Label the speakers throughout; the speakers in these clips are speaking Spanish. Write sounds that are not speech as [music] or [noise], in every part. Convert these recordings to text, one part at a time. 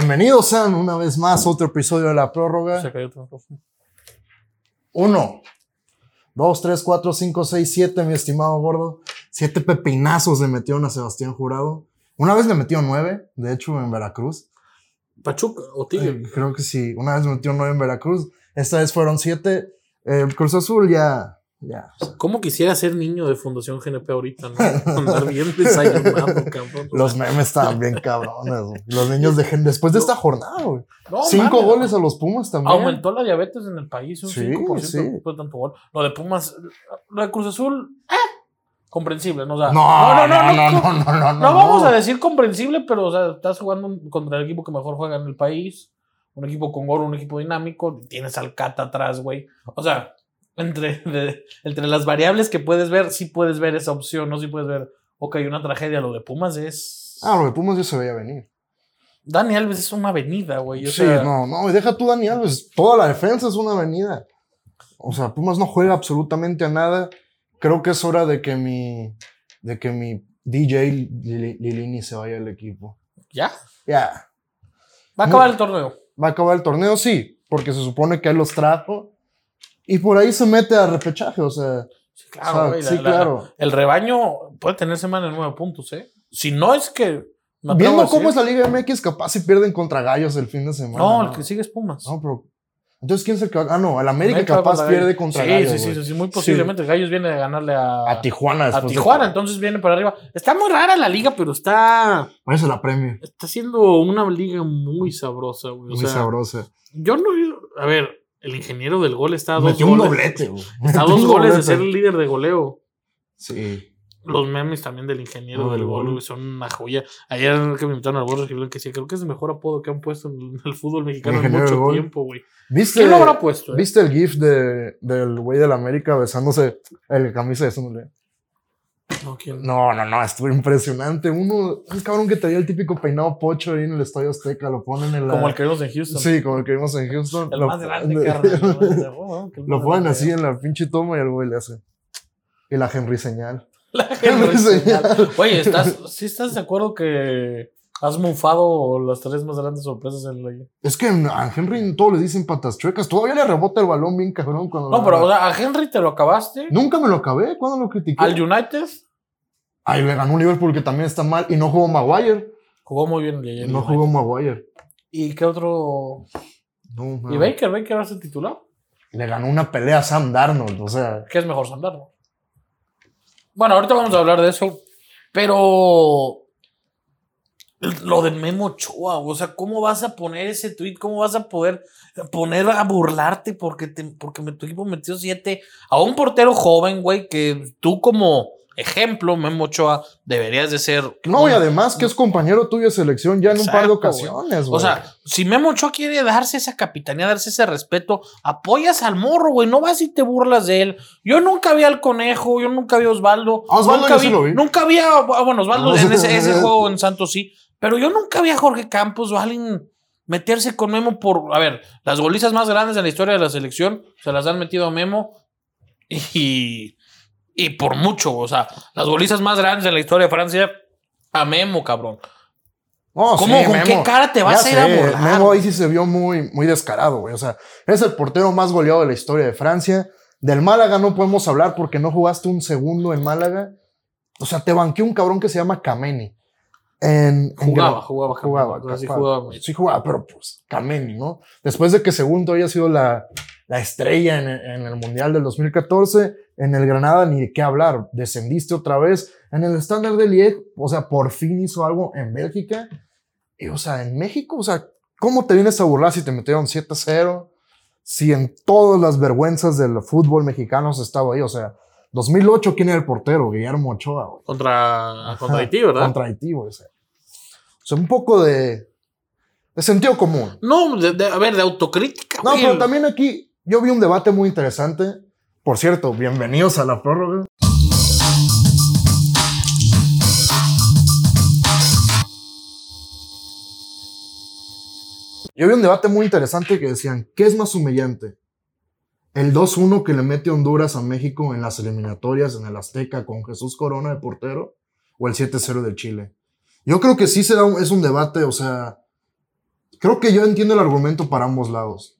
Speaker 1: Bienvenidos sean una vez más a otro episodio de La
Speaker 2: Se
Speaker 1: Prórroga.
Speaker 2: cayó tu micrófono.
Speaker 1: Uno, dos, tres, cuatro, cinco, seis, siete, mi estimado gordo. Siete pepinazos le metieron a Sebastián Jurado. Una vez le metió nueve, de hecho, en Veracruz.
Speaker 2: Pachuca o
Speaker 1: Eh,
Speaker 2: Tigre.
Speaker 1: creo que sí, una vez metió nueve en Veracruz. Esta vez fueron siete. Eh, El Cruz Azul ya, ya. o sea,
Speaker 2: ¿Cómo quisiera ser niño de Fundación GNP ahorita,
Speaker 1: [laughs]
Speaker 2: no? Andar bien desayunado, cabrón.
Speaker 1: Los memes estaban bien cabrones. güey. Los niños dejen después de esta jornada, güey.
Speaker 2: No,
Speaker 1: Cinco
Speaker 2: mames.
Speaker 1: goles a los Pumas también.
Speaker 2: Aumentó la diabetes en el país un
Speaker 1: Sí,
Speaker 2: 5%
Speaker 1: sí. Ah.
Speaker 2: después de tanto gol. Lo de Pumas, lo de Cruz Azul, eh, comprensible, ¿no? O sea,
Speaker 1: No, no, no, no, no, no, no,
Speaker 2: no vamos a decir comprensible, pero o sea, estás jugando un- contra el equipo que mejor juega en el país, un equipo con gol, un equipo dinámico, tienes al Cata atrás, güey. O sea, entre, de- entre las variables que puedes ver, sí puedes ver esa opción, no sí puedes ver, ok, una tragedia, lo de Pumas es...
Speaker 1: Ah, lo de Pumas ya se veía venir.
Speaker 2: Dani Alves es una avenida, güey. O
Speaker 1: Sí,
Speaker 2: sea,
Speaker 1: no, no, y deja tú Dani Alves. Toda la defensa es una avenida. O sea, Pumas no juega absolutamente a nada. Creo que es hora de que mi, de que mi DJ Lili- Lilini se vaya del equipo.
Speaker 2: Ya,
Speaker 1: Ya.
Speaker 2: va a acabar el torneo.
Speaker 1: Va a acabar el torneo, sí, porque se supone que él los trajo. Y por ahí se mete a repechaje, o sea,
Speaker 2: Sí,
Speaker 1: o sea,
Speaker 2: claro, Ah, güey. la-
Speaker 1: sí,
Speaker 2: la-
Speaker 1: claro.
Speaker 2: El rebaño puede tener semana de nueve puntos, ¿eh? Si no es que... me atrevo a
Speaker 1: Viendo
Speaker 2: decir-
Speaker 1: cómo es la Liga MX, capaz si pierden contra Gallos el fin de semana.
Speaker 2: No, el que sigue es Pumas.
Speaker 1: No, pero. Entonces, ¿quién es el que va- Ah, no, el América
Speaker 2: América va
Speaker 1: capaz
Speaker 2: contra Gallos.
Speaker 1: pierde contra
Speaker 2: sí,
Speaker 1: Gallos.
Speaker 2: Sí, sí,
Speaker 1: güey.
Speaker 2: sí, sí, muy posiblemente. Gallos viene a ganarle a,
Speaker 1: A Tijuana
Speaker 2: a
Speaker 1: después. de-
Speaker 2: Tijuana, entonces viene para arriba. Está muy rara la liga, pero está,
Speaker 1: Váyase la premio.
Speaker 2: está siendo una liga muy sabrosa, güey. O
Speaker 1: Muy
Speaker 2: sea,
Speaker 1: sabrosa.
Speaker 2: Yo no. A ver, el ingeniero del gol está a dos
Speaker 1: Metió un
Speaker 2: goles.
Speaker 1: doblete, güey.
Speaker 2: Está a
Speaker 1: Metió
Speaker 2: dos
Speaker 1: un
Speaker 2: goles de
Speaker 1: doblete.
Speaker 2: ser el líder de goleo.
Speaker 1: Sí.
Speaker 2: Los memes también del ingeniero
Speaker 1: No,
Speaker 2: del
Speaker 1: del
Speaker 2: gol
Speaker 1: gol.
Speaker 2: güey, son una joya. Ayer que me invitaron al Borja escribieron que sí, creo que es el mejor apodo que han puesto en el fútbol mexicano en
Speaker 1: ingeniero del
Speaker 2: mucho
Speaker 1: gol.
Speaker 2: tiempo, güey.
Speaker 1: ¿Viste,
Speaker 2: ¿Quién lo habrá puesto? eh?
Speaker 1: ¿Viste el GIF de, del güey del América besándose el camisa de Sunderland?
Speaker 2: No, ¿quién?
Speaker 1: No, no, no, estuvo impresionante. Uno, un cabrón que traía el típico peinado pocho ahí en el Estadio Azteca, lo ponen en la...
Speaker 2: Como el que vimos en Houston.
Speaker 1: Sí, como el que vimos en Houston. [laughs]
Speaker 2: El
Speaker 1: Lo-
Speaker 2: más grande, carnal. ¿no? El de- oh, que el
Speaker 1: [laughs] Lo
Speaker 2: más
Speaker 1: ponen
Speaker 2: grande.
Speaker 1: así
Speaker 2: [laughs]
Speaker 1: en la pinche toma y el güey le hace. Y la Henry señal.
Speaker 2: La
Speaker 1: [laughs]
Speaker 2: gente
Speaker 1: Henry señal.
Speaker 2: Oye, ¿estás, ¿sí estás de acuerdo que has mufado las tres más grandes sorpresas en la liga?
Speaker 1: Es que a Henry en todo le dicen patas chuecas. Todavía le rebota el balón bien cabrón cuando...
Speaker 2: No, pero o sea, a Henry te lo acabaste.
Speaker 1: Nunca me lo acabé. ¿Cuándo lo critiqué?
Speaker 2: Al United
Speaker 1: Ahí le ganó un Liverpool que también está mal. Y no jugó Maguire.
Speaker 2: jugó muy bien el de ayer.
Speaker 1: no
Speaker 2: el
Speaker 1: jugó
Speaker 2: United.
Speaker 1: Maguire.
Speaker 2: ¿Y qué otro?
Speaker 1: No,
Speaker 2: ¿Y
Speaker 1: man.
Speaker 2: Baker? ¿Baker va a ser titular?
Speaker 1: Le ganó una pelea a Sam Darnold. O sea,
Speaker 2: ¿Qué es mejor Sandarno? Bueno, ahorita vamos a hablar de eso. Pero. Lo de Memo Ochoa, o sea, ¿cómo vas a poner ese tweet? ¿Cómo vas a poder poner a burlarte porque, te, porque me- tu equipo metió siete a un portero joven, güey, que tú como ejemplo, Memo Ochoa, deberías de ser...
Speaker 1: no, y
Speaker 2: un-
Speaker 1: además que es compañero tuyo de selección ya en un par de
Speaker 2: Exacto, güey.
Speaker 1: ocasiones, güey.
Speaker 2: o sea, si Memo Ochoa quiere darse esa capitanía, darse ese respeto, apoyas al morro, güey. No vas y te burlas de él. Yo nunca vi al conejo, yo nunca vi a Osvaldo.
Speaker 1: A Osvaldo
Speaker 2: nunca
Speaker 1: yo sí lo vi.
Speaker 2: Nunca vi a, ah, bueno, Osvaldo
Speaker 1: No.
Speaker 2: en ese,
Speaker 1: [laughs]
Speaker 2: ese juego en Santos sí. Pero yo nunca vi a Jorge Campos o a alguien meterse con Memo por. A ver, las golizas más grandes en la historia de la selección se las han metido a Memo y. Y por mucho, o sea, las golizas más grandes en la historia de Francia, a Memo, cabrón.
Speaker 1: No,
Speaker 2: ¿Cómo?
Speaker 1: Oh, sí,
Speaker 2: ¿Con qué
Speaker 1: Memo.
Speaker 2: cara te vas
Speaker 1: Ya
Speaker 2: a ir a
Speaker 1: sé,
Speaker 2: burlar?
Speaker 1: Memo ahí sí se vio muy, muy descarado, güey. O sea, es el portero más goleado de la historia de Francia. Del Málaga no podemos hablar porque no jugaste un segundo en Málaga. O sea, te banqué un cabrón que se llama Kameni. En, en
Speaker 2: Jugaba,
Speaker 1: Gra-
Speaker 2: jugaba,
Speaker 1: jugaba,
Speaker 2: Campos, así
Speaker 1: capaz.
Speaker 2: jugaba, güey.
Speaker 1: Sí jugaba, pero pues Kameni, ¿no? Después de que segundo había sido la, la estrella en, en el Mundial del 2014, en el Granada ni de qué hablar, descendiste otra vez, en el estándar de Liege, o sea, por fin hizo algo en Bélgica, y o sea, en México, o sea, ¿cómo te vienes a burlar si te metieron 7-0? Si en todas las vergüenzas del fútbol mexicano has estado ahí, o sea, 2008, ¿quién era el portero? Guillermo Ochoa, güey.
Speaker 2: Contra, contra Haití, ¿verdad?
Speaker 1: Contra Haití, güey, O sea, O sea, un poco de, de sentido común.
Speaker 2: No, de- de- a ver, de autocrítica.
Speaker 1: No,
Speaker 2: güey.
Speaker 1: pero también aquí yo vi un debate muy interesante. Por cierto, bienvenidos a la prórroga. Yo vi un debate muy interesante que decían, ¿qué es más humillante? El 2-1 que le mete Honduras a México en las eliminatorias en el Azteca con Jesús Corona de portero o el 7-0 del Chile. Yo creo que sí se da un- es un debate, o sea, Creo que yo entiendo el argumento para ambos lados.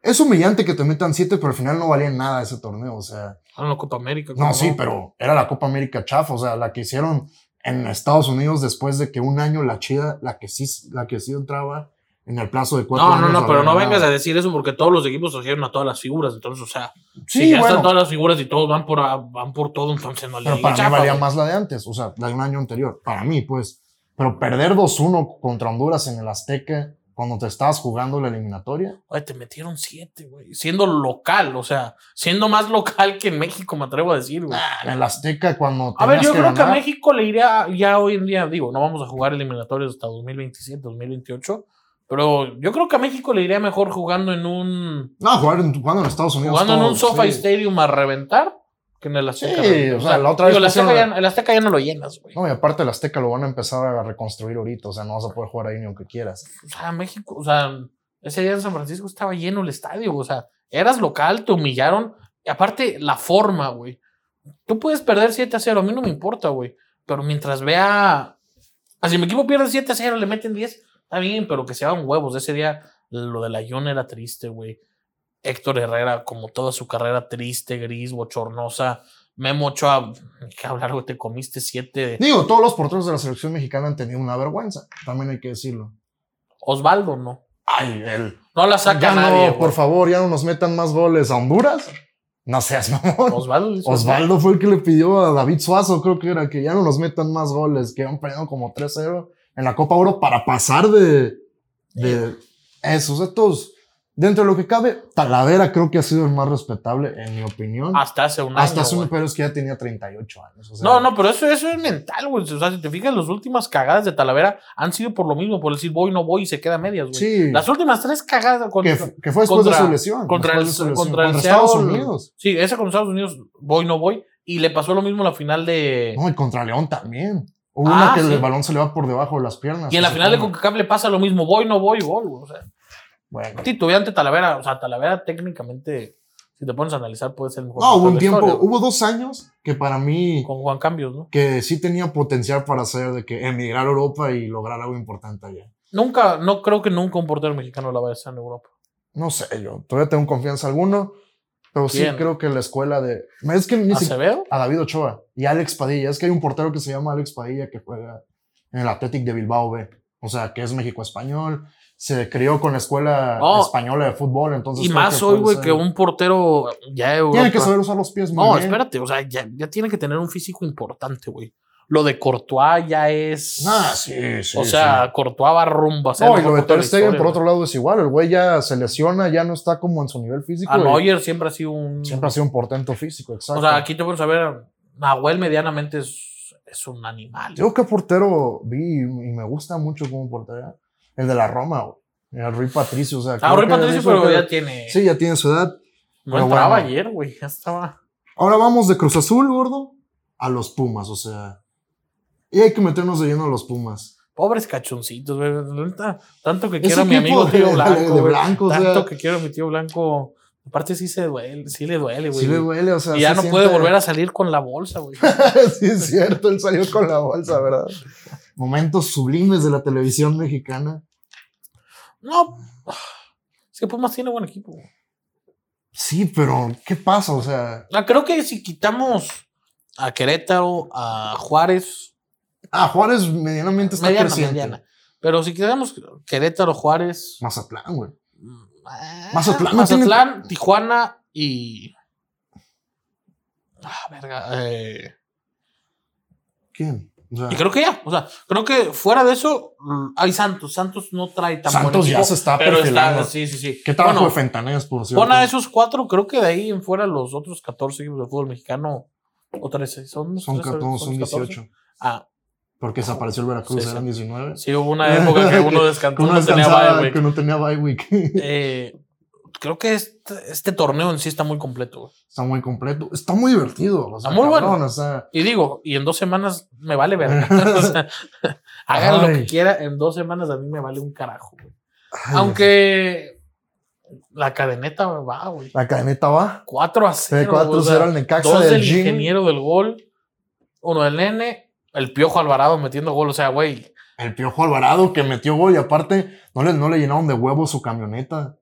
Speaker 1: Es humillante que te metan siete, pero al final no valía nada ese torneo. O sea,
Speaker 2: Ganaron la Ah, Copa América.
Speaker 1: no,
Speaker 2: ¿cómo
Speaker 1: sí, pero era la Copa América chafa. O sea, la que hicieron en Estados Unidos después de que un año la chida, la que sí, la que sí entraba en el plazo de cuatro
Speaker 2: No, no,
Speaker 1: años.
Speaker 2: no, pero
Speaker 1: había
Speaker 2: no
Speaker 1: ganado.
Speaker 2: vengas a decir eso porque todos los equipos asociaron a todas las figuras. Entonces, o sea,
Speaker 1: Sí,
Speaker 2: si ya
Speaker 1: bueno,
Speaker 2: están todas las figuras y todos van por, a- van por todo, entonces no le
Speaker 1: Pero
Speaker 2: digas
Speaker 1: para mí
Speaker 2: chafa,
Speaker 1: valía
Speaker 2: güey.
Speaker 1: más la de antes, o sea, la de un año anterior. Para mí, pues. Pero perder 2-1 contra Honduras en el Azteca cuando te estabas jugando la eliminatoria.
Speaker 2: Oye, te metieron siete, güey. Siendo local, o sea, siendo más local que en México, me atrevo a decir, güey.
Speaker 1: En el Azteca cuando
Speaker 2: A ver,
Speaker 1: Ah, tenías
Speaker 2: yo creo que a
Speaker 1: ganar.
Speaker 2: México le iría ya hoy en día, digo, no vamos a jugar eliminatorios hasta 2027, 2028, pero yo creo que a México le iría mejor jugando en un
Speaker 1: No, jugar en- jugando en Estados Unidos.
Speaker 2: jugando en
Speaker 1: todo,
Speaker 2: un Sofa
Speaker 1: sí.
Speaker 2: Stadium a reventar que en el Azteca.
Speaker 1: Sí,
Speaker 2: güey.
Speaker 1: o sea, la otra vez
Speaker 2: digo, el Azteca,
Speaker 1: pusieron-
Speaker 2: ya, el Azteca ya no lo llenas, güey.
Speaker 1: No, y aparte el Azteca lo van a empezar a reconstruir ahorita, o sea, no vas a poder jugar ahí ni aunque quieras.
Speaker 2: O sea, pues, México, o sea, ese día en San Francisco estaba lleno el estadio, o sea, eras local, te humillaron. Y aparte, la forma, güey. Tú puedes perder 7 a 0, a mí no me importa, güey. Pero mientras vea. así si mi equipo pierde 7 a 0, le meten 10, está bien, pero que se hagan huevos. Ese día lo de la Ion era triste, güey. Héctor Herrera, como toda su carrera, triste, gris, bochornosa. Memo Ochoa, que hablar, güey, te comiste 7.
Speaker 1: Digo, todos los porteros de la selección mexicana han tenido una vergüenza, también hay que decirlo.
Speaker 2: Osvaldo, no.
Speaker 1: Ay, el...
Speaker 2: No la saca
Speaker 1: ya no,
Speaker 2: nadie.
Speaker 1: por
Speaker 2: güey.
Speaker 1: favor, ya no nos metan más goles a Honduras. No seas mamón.
Speaker 2: Osvaldo. hizo-
Speaker 1: Osvaldo fue el que le pidió a David Suazo, creo que era, que ya no nos metan más goles, que han perdido como 3-0 en la Copa Oro para pasar de,
Speaker 2: Eh.
Speaker 1: de esos. Estos, dentro de lo que cabe, Talavera creo que ha sido el más respetable, en mi opinión.
Speaker 2: Hasta hace un
Speaker 1: Hasta
Speaker 2: año,
Speaker 1: hace un
Speaker 2: güey.
Speaker 1: pero es que ya tenía 38 años. o sea,
Speaker 2: No, no, pero eso, eso es mental, güey. O sea, si te fijas, las últimas cagadas de Talavera han sido por lo mismo, por decir voy, no voy y se queda a medias, güey.
Speaker 1: Sí,
Speaker 2: Las últimas tres cagadas
Speaker 1: que,
Speaker 2: contra.
Speaker 1: f- que fue después
Speaker 2: contra-
Speaker 1: de su lesión.
Speaker 2: contra
Speaker 1: después
Speaker 2: el-
Speaker 1: de su lesión,
Speaker 2: contra el
Speaker 1: Estados
Speaker 2: Seattle.
Speaker 1: Unidos.
Speaker 2: Sí, esa con Estados Unidos, voy, no voy. Y le pasó lo mismo en la final de.
Speaker 1: No, y contra León también. Hubo
Speaker 2: Ah,
Speaker 1: una que
Speaker 2: sí.
Speaker 1: el balón se le va por debajo de las piernas.
Speaker 2: y en la
Speaker 1: se
Speaker 2: final de
Speaker 1: supone.
Speaker 2: CONCACAF le pasa lo mismo, voy, no voy, gol, güey. O sea,
Speaker 1: Bueno.
Speaker 2: titubeante Talavera. O sea, Talavera técnicamente, si te pones a analizar, puede ser el mejor.
Speaker 1: pues, No, hubo
Speaker 2: jugador
Speaker 1: un
Speaker 2: de
Speaker 1: tiempo,
Speaker 2: historia, güey.
Speaker 1: hubo dos años que para mí...
Speaker 2: Con Juan Cambios, ¿no?
Speaker 1: que sí tenía potencial para hacer de que emigrar a Europa y lograr algo importante allá.
Speaker 2: Nunca, no creo que nunca un portero mexicano la vaya a hacer en Europa.
Speaker 1: No sé, yo todavía tengo confianza alguno, pero
Speaker 2: ¿Quién?
Speaker 1: sí creo que la escuela de... Es que ni siquiera...
Speaker 2: ¿Acevedo?
Speaker 1: A David Ochoa y Alex Padilla. Es que hay un portero que se llama Alex Padilla que juega en el Athletic de Bilbao B. O sea, que es México-Español. Se crió con la escuela
Speaker 2: Oh.
Speaker 1: española de fútbol, entonces...
Speaker 2: Y
Speaker 1: creo
Speaker 2: más
Speaker 1: que
Speaker 2: hoy,
Speaker 1: puede
Speaker 2: güey,
Speaker 1: ser.
Speaker 2: que un portero ya de
Speaker 1: Tiene que
Speaker 2: Europa-
Speaker 1: saber usar los pies muy
Speaker 2: No,
Speaker 1: bien.
Speaker 2: espérate, o sea, ya, ya tiene que tener un físico importante, güey. Lo de Courtois ya es.
Speaker 1: Ah, sí, sí.
Speaker 2: o
Speaker 1: sí.
Speaker 2: sea, Courtois va rumbo a ser.
Speaker 1: No,
Speaker 2: el
Speaker 1: y lo
Speaker 2: mejor
Speaker 1: de Ter
Speaker 2: portero la
Speaker 1: Stegen,
Speaker 2: historia,
Speaker 1: por otro lado, es igual. El güey ya se lesiona, ya no está como en su nivel
Speaker 2: güey.
Speaker 1: físico.
Speaker 2: A
Speaker 1: y-
Speaker 2: Neuer siempre ha sido un.
Speaker 1: Siempre ha sido un portento físico, exacto.
Speaker 2: Ah, o sea, aquí te puedes saber, Nahuel medianamente es, es un animal.
Speaker 1: Yo qué portero vi y me gusta mucho como portero. El de la Roma, güey. el Rui Patricio. O sea,
Speaker 2: Ah,
Speaker 1: creo
Speaker 2: Rui
Speaker 1: que
Speaker 2: Patricio,
Speaker 1: eso
Speaker 2: pero
Speaker 1: que-
Speaker 2: ya tiene.
Speaker 1: Sí, ya tiene su edad.
Speaker 2: no
Speaker 1: pero
Speaker 2: entraba
Speaker 1: bueno.
Speaker 2: ayer, güey. Ya estaba.
Speaker 1: Ahora vamos de Cruz Azul, gordo, a los Pumas, o sea. Y hay que meternos de lleno a los Pumas.
Speaker 2: Pobres cachoncitos, güey. Neta, Tanto que
Speaker 1: Ese
Speaker 2: quiero a mi
Speaker 1: equipo
Speaker 2: amigo
Speaker 1: de-
Speaker 2: tío
Speaker 1: de-
Speaker 2: Blanco.
Speaker 1: de
Speaker 2: güey.
Speaker 1: Blanco, Pues, o sea.
Speaker 2: Tanto que quiero a mi tío Blanco. Aparte, sí, se duele, sí le duele, güey.
Speaker 1: Sí le duele, o sea.
Speaker 2: Y ya
Speaker 1: sí
Speaker 2: no
Speaker 1: siente-
Speaker 2: puede volver a salir con la bolsa,
Speaker 1: [laughs]
Speaker 2: güey.
Speaker 1: sí, es cierto, él salió con la bolsa, ¿verdad? Momentos sublimes de la televisión mexicana.
Speaker 2: No. Es que Pumas tiene buen equipo. güey.
Speaker 1: Sí, pero ¿qué pasa? O sea.
Speaker 2: Ah, creo que si quitamos a Querétaro, a Juárez,
Speaker 1: Ah, Juárez medianamente está
Speaker 2: mediana,
Speaker 1: creciente.
Speaker 2: mediana. Pero si quitamos Querétaro, Juárez,
Speaker 1: Mazatlán, güey.
Speaker 2: mm, ah,
Speaker 1: Mazatlán no tiene-
Speaker 2: Mazatlán, Tijuana y. Ah, verga. eh,
Speaker 1: ¿Quién? O sea,
Speaker 2: Y creo que ya, o sea, creo que fuera de eso, mm, hay Santos. Santos no trae tan buen
Speaker 1: Santos ya
Speaker 2: equipo,
Speaker 1: se está
Speaker 2: pero
Speaker 1: perfilando.
Speaker 2: sí, sí, sí.
Speaker 1: ¿Qué trabajo
Speaker 2: Bueno,
Speaker 1: de Fentanés, por cierto?
Speaker 2: Pon a esos cuatro, creo que de ahí en fuera los otros 14 equipos del fútbol mexicano, o 13, son,
Speaker 1: Son
Speaker 2: 13,
Speaker 1: 14, son 18.
Speaker 2: 14. Ah,
Speaker 1: Porque desapareció el Veracruz,
Speaker 2: Sí, sí.
Speaker 1: eran 19.
Speaker 2: sí,
Speaker 1: [laughs]
Speaker 2: hubo una época que uno
Speaker 1: Que
Speaker 2: descansó,
Speaker 1: uno
Speaker 2: uno tenía
Speaker 1: descansaba,
Speaker 2: bye,
Speaker 1: que
Speaker 2: güey.
Speaker 1: no tenía bye week. [laughs]
Speaker 2: Eh, creo que este, este torneo en sí está muy completo. güey.
Speaker 1: Está muy completo. Está muy divertido. O sea,
Speaker 2: Está muy bueno.
Speaker 1: cabrón, o sea,
Speaker 2: Y digo, y en dos semanas me vale ver.
Speaker 1: [laughs]
Speaker 2: [laughs] o sea, hagan lo
Speaker 1: Ay.
Speaker 2: que quiera, en dos semanas a mí me vale un carajo. güey.
Speaker 1: ay,
Speaker 2: Aunque la cadeneta va, güey.
Speaker 1: La cadeneta va.
Speaker 2: 4 a
Speaker 1: Se
Speaker 2: 0.
Speaker 1: 4
Speaker 2: o sea,
Speaker 1: 0 al Necaxa
Speaker 2: Dos del
Speaker 1: del Gini.
Speaker 2: ingeniero del gol, uno del nene, el piojo Alvarado metiendo gol. O sea, güey,
Speaker 1: El Piojo Alvarado que metió gol y aparte no le, no le llenaron de huevo su camioneta.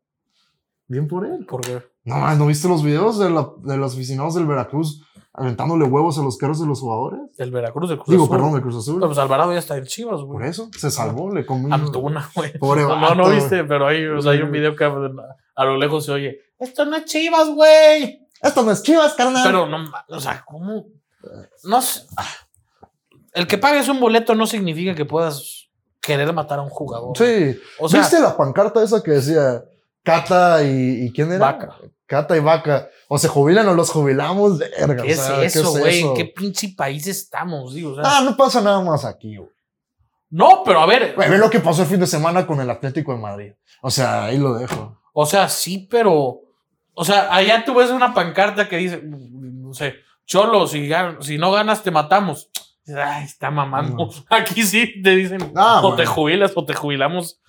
Speaker 1: Bien por él.
Speaker 2: ¿Por qué?
Speaker 1: No más, ¿no viste los videos de, la- de los aficionados del Veracruz aventándole huevos a los carros de los jugadores?
Speaker 2: Del Veracruz, del Cruz
Speaker 1: Digo,
Speaker 2: Azul. Ah, pues,
Speaker 1: perdón, del Cruz
Speaker 2: Pero,
Speaker 1: Azul.
Speaker 2: pues Alvarado ya está en Chivas,
Speaker 1: Por
Speaker 2: güey.
Speaker 1: eso, se salvó, le comió.
Speaker 2: Antuna, güey.
Speaker 1: Pobre
Speaker 2: No, no,
Speaker 1: vato,
Speaker 2: no
Speaker 1: güey.
Speaker 2: viste, pero ahí, o sea, hay un video que a lo lejos se oye. Esto no es Chivas, güey.
Speaker 1: Esto no es Chivas, carnal.
Speaker 2: Pero no, ma- o sea, ¿cómo? No sé. El que pagues un boleto no significa que puedas querer matar a un jugador.
Speaker 1: sí.
Speaker 2: O sea,
Speaker 1: ¿Viste la pancarta esa que decía Cata y, y quién era?
Speaker 2: vaca.
Speaker 1: Cata y Vaca. O se jubilan o los jubilamos, verga.
Speaker 2: ¿Qué
Speaker 1: o sea,
Speaker 2: es eso, güey?
Speaker 1: eso?
Speaker 2: ¿En qué pinche país estamos? Digo, o sea,
Speaker 1: Ah, no pasa nada más aquí, güey.
Speaker 2: no, pero a ver.
Speaker 1: Güey, Ve lo que pasó el fin de semana con el Atlético de Madrid. O sea, ahí lo dejo.
Speaker 2: O sea, sí, pero. O sea, allá tú ves una pancarta que dice, no sé, Cholo, si, gan- si no ganas, te matamos. Ay, está mamando.
Speaker 1: No.
Speaker 2: [laughs] Aquí sí te dicen,
Speaker 1: Ah,
Speaker 2: o
Speaker 1: bueno.
Speaker 2: te jubilas o te jubilamos.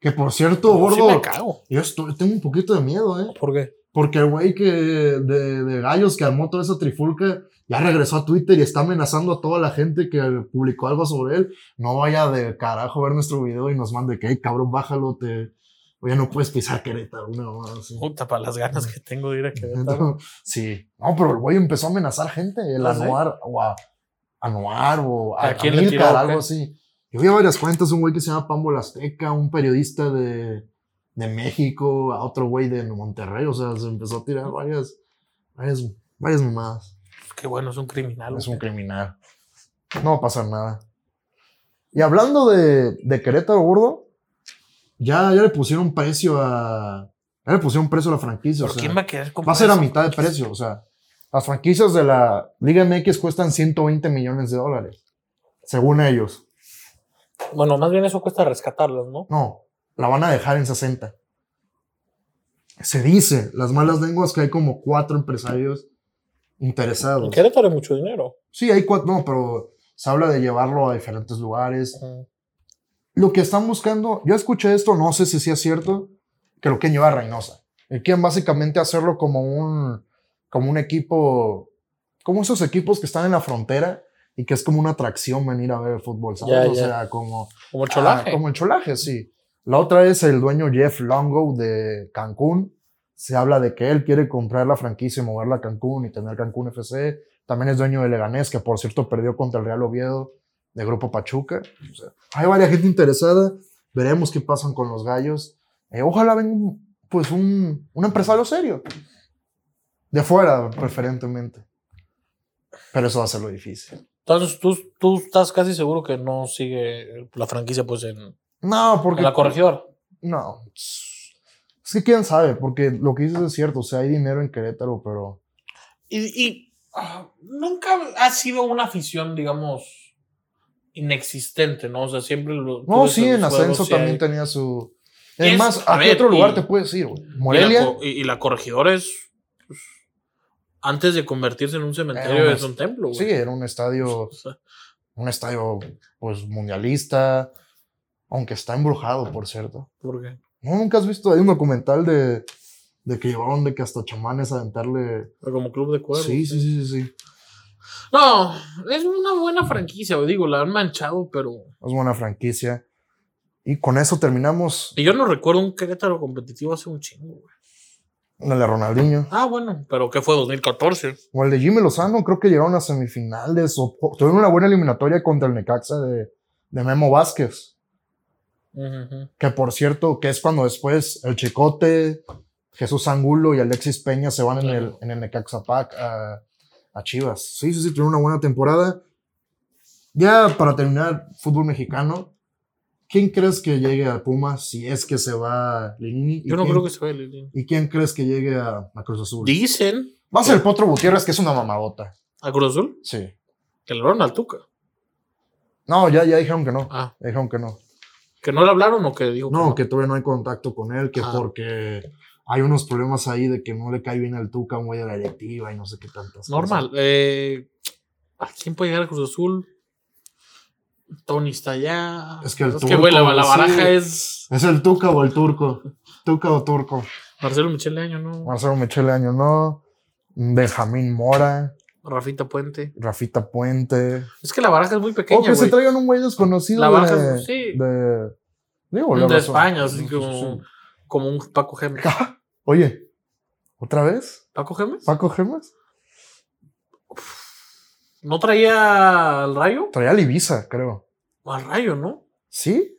Speaker 1: Que por cierto,
Speaker 2: Sí
Speaker 1: gordo,
Speaker 2: me cago.
Speaker 1: yo estoy- tengo un poquito de miedo, ¿eh?
Speaker 2: ¿Por qué?
Speaker 1: Porque el güey que de, de Gallos que armó toda esa trifulca ya regresó a Twitter y está amenazando a toda la gente que publicó algo sobre él. No vaya de carajo a ver nuestro video y nos mande que, "Ey, cabrón, bájalo, te... Oye, no puedes pisar Querétaro, una mamada así.
Speaker 2: Puta, para las ganas que tengo de ir a
Speaker 1: [laughs]
Speaker 2: Querétaro.
Speaker 1: Entonces, sí. No, pero el güey empezó a amenazar gente. El
Speaker 2: ¿Ah, sí?
Speaker 1: Anuar, o a Anuar, o a,
Speaker 2: ¿A quién le
Speaker 1: Amílcar,
Speaker 2: tiró, o qué?
Speaker 1: algo así. Yo vi a varias cuentas, un güey que se llama Pambo la Azteca, un periodista de, de México, a otro güey de Monterrey. O sea, se empezó a tirar varias, varias, varias mamadas.
Speaker 2: Qué bueno, es un criminal.
Speaker 1: Es un criminal. No va a pasar nada. Y hablando de, de Querétaro, gordo, ya, ya le pusieron precio a... Ya le pusieron precio a la franquicia.
Speaker 2: ¿Por
Speaker 1: o sea.
Speaker 2: quién va a querer
Speaker 1: Va
Speaker 2: comprar
Speaker 1: a ser a
Speaker 2: eso?
Speaker 1: mitad de precio. O sea, las franquicias de la Liga MX cuestan 120 millones de dólares, según ellos.
Speaker 2: Bueno, más bien eso cuesta rescatarlas, ¿no?
Speaker 1: No, la van a dejar en 60. Se dice, las malas lenguas, que hay como cuatro empresarios
Speaker 2: En
Speaker 1: interesados.
Speaker 2: Querétaro hay mucho dinero.
Speaker 1: Sí, hay cuatro, no, pero se habla de llevarlo a diferentes lugares. Lo que están buscando, yo escuché esto, no sé si sea cierto, que lo quieren llevar a Reynosa. Y eh, quieren básicamente hacerlo como un, como un equipo, como esos equipos que están en la frontera y que es como una atracción venir a ver el fútbol, ¿sabes?
Speaker 2: Ya,
Speaker 1: O
Speaker 2: ya.
Speaker 1: sea, como,
Speaker 2: Como cholaje.
Speaker 1: Ah, como el cholaje, sí. La otra es el dueño Jeff Longo de Cancún. Se habla de que él quiere comprar la franquicia y moverla a Cancún y tener Cancún FC. También es dueño de Leganés, que por cierto perdió contra el Real Oviedo de Grupo Pachuca. O sea, hay varias gente interesada. Veremos qué pasan con los gallos. Eh, ojalá venga un- pues un, un empresario serio. De fuera, preferentemente. Pero eso va a ser lo difícil.
Speaker 2: Entonces, tú, tú estás casi seguro que no sigue la franquicia pues en,
Speaker 1: No, porque...
Speaker 2: en la corregidora.
Speaker 1: No. Es que quién sabe, porque lo que dices es cierto. O sea, hay dinero en Querétaro, pero.
Speaker 2: Y, y, ah, nunca ha sido una afición, digamos, inexistente, ¿no? O sea, siempre lo. tú
Speaker 1: No,
Speaker 2: ves
Speaker 1: sí,
Speaker 2: los
Speaker 1: en
Speaker 2: juegos,
Speaker 1: ascenso
Speaker 2: sí hay-
Speaker 1: también tenía su.
Speaker 2: Es-
Speaker 1: Es más,
Speaker 2: a
Speaker 1: ¿a qué
Speaker 2: ver,
Speaker 1: otro lugar
Speaker 2: y-
Speaker 1: te puedes ir, güey?
Speaker 2: y la
Speaker 1: Morelia.
Speaker 2: co- Y, y la corregidora es. pues, antes de convertirse en un cementerio,
Speaker 1: Era
Speaker 2: es
Speaker 1: una-
Speaker 2: un templo, güey.
Speaker 1: Sí, era un estadio,
Speaker 2: O sea,
Speaker 1: un estadio, pues, mundialista. Aunque está embrujado, por cierto.
Speaker 2: ¿por qué?
Speaker 1: ¿No, ¿Nunca has visto? Hay un documental de, de que llevaron de que hasta chamanes a aventarle.
Speaker 2: Como club de cuervos.
Speaker 1: sí, sí, sí, sí, sí.
Speaker 2: No, es una buena franquicia, güey, digo, la han manchado, pero.
Speaker 1: Es buena franquicia. Y con eso terminamos.
Speaker 2: Y yo no recuerdo un Querétaro competitivo hace un chingo, güey.
Speaker 1: La de Ronaldinho.
Speaker 2: Ah, bueno, pero ¿qué fue? 2014.
Speaker 1: O el de Jimmy Lozano, creo que llegaron a semifinales o, o tuvieron una buena eliminatoria contra el Necaxa de, de Memo Vázquez.
Speaker 2: Ujú.
Speaker 1: Que por cierto, que es cuando después el Chicote, Jesús Angulo y Alexis Peña se van en el, en el Necaxa Pack a, a Chivas. Sí, sí, sí, tuvieron una buena temporada. Ya para terminar, fútbol mexicano. ¿Quién crees que llegue a Pumas si es que se va Lini?
Speaker 2: Yo no creo que se vaya Lilini.
Speaker 1: ¿Y quién crees que llegue a, a Cruz Azul?
Speaker 2: Dicen
Speaker 1: Va a ser el Potro Gutiérrez, que es una mamadota.
Speaker 2: a Cruz Azul
Speaker 1: Sí.
Speaker 2: que le hablaron al Tuca.
Speaker 1: No, ya, ya dijeron que no.
Speaker 2: Ah,
Speaker 1: Ya dijeron que no.
Speaker 2: que no le hablaron o que dijo. que
Speaker 1: No, que todavía no hay contacto con él, que
Speaker 2: Ah.
Speaker 1: porque hay unos problemas ahí de que no le cae bien al Tuca, un güey de la directiva y no sé qué tantas.
Speaker 2: Normal. Eh, ¿A quién puede llegar a Cruz Azul? Tony está allá.
Speaker 1: Es que el
Speaker 2: güey, la,
Speaker 1: turco,
Speaker 2: la
Speaker 1: sí.
Speaker 2: baraja es
Speaker 1: cosas. ¿Es el Tuca o el Turco? Tuca o Turco.
Speaker 2: Marcelo Michele Año, ¿no?
Speaker 1: Marcelo Michele Año no. Benjamín Mora.
Speaker 2: Rafita Puente.
Speaker 1: Rafita Puente.
Speaker 2: Es que la baraja es muy
Speaker 1: O
Speaker 2: pequeña,
Speaker 1: que se
Speaker 2: güey.
Speaker 1: traigan un güey desconocido
Speaker 2: La baja,
Speaker 1: de,
Speaker 2: sí.
Speaker 1: de- digo, la
Speaker 2: de
Speaker 1: razón.
Speaker 2: España, así
Speaker 1: Sí,
Speaker 2: como,
Speaker 1: sí, [laughs]
Speaker 2: como un Paco Gemes.
Speaker 1: sí. Oye, ¿otra vez?
Speaker 2: ¿Paco Gemes?
Speaker 1: ¿Paco Gemas?
Speaker 2: ¿No traía al Rayo?
Speaker 1: Traía a Ibiza, creo.
Speaker 2: Al Rayo, ¿no?
Speaker 1: ¿Sí?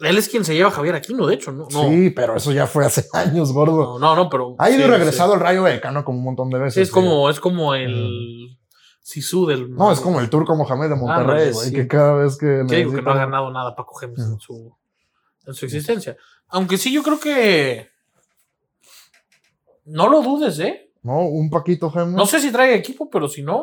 Speaker 2: Él es quien se lleva a Javier Aquino, de hecho, ¿no? No,
Speaker 1: Sí, pero eso ya fue hace [laughs] años, gordo.
Speaker 2: no, no, no, pero...
Speaker 1: Ha ido y
Speaker 2: sí,
Speaker 1: regresado el Rayo Vallecano como un montón de
Speaker 2: sí.
Speaker 1: veces.
Speaker 2: Sí, es
Speaker 1: sí.
Speaker 2: como, es como el Sisu del...
Speaker 1: Mm. No, es como el turco Mohamed de Monterrey,
Speaker 2: Ándale,
Speaker 1: güey,
Speaker 2: Ah, sí.
Speaker 1: que cada vez que...
Speaker 2: Que digo que no
Speaker 1: necesita-
Speaker 2: ha ganado nada Paco Gemes
Speaker 1: Ujú.
Speaker 2: en, su, en su existencia. Aunque sí, yo creo que... No lo dudes, ¿eh?
Speaker 1: No, un Paquito Gemas.
Speaker 2: No sé si trae equipo, pero si no...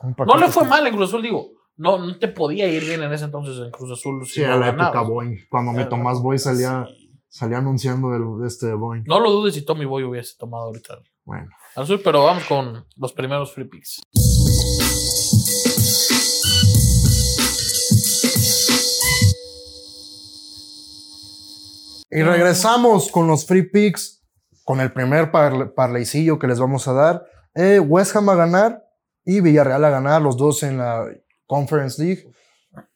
Speaker 1: un
Speaker 2: No
Speaker 1: Paquito
Speaker 2: le fue
Speaker 1: Gemas.
Speaker 2: mal en Cruz Azul, digo. No, no te podía ir bien en ese entonces en Cruz Azul. Si
Speaker 1: Sí,
Speaker 2: no
Speaker 1: a la
Speaker 2: ganabas.
Speaker 1: época Boeing. Cuando mi
Speaker 2: Era-
Speaker 1: Tomás Boy salía,
Speaker 2: Sí.
Speaker 1: salía anunciando el, de este Boeing.
Speaker 2: No lo dudes si Tommy Boy hubiese tomado ahorita
Speaker 1: Bueno.
Speaker 2: al sur, pero vamos con los primeros free picks.
Speaker 1: Y regresamos con los free picks, con el primer parle- parleycillo que les vamos a dar. Eh, West Ham a ganar y Villarreal a ganar, los dos en la Conference League.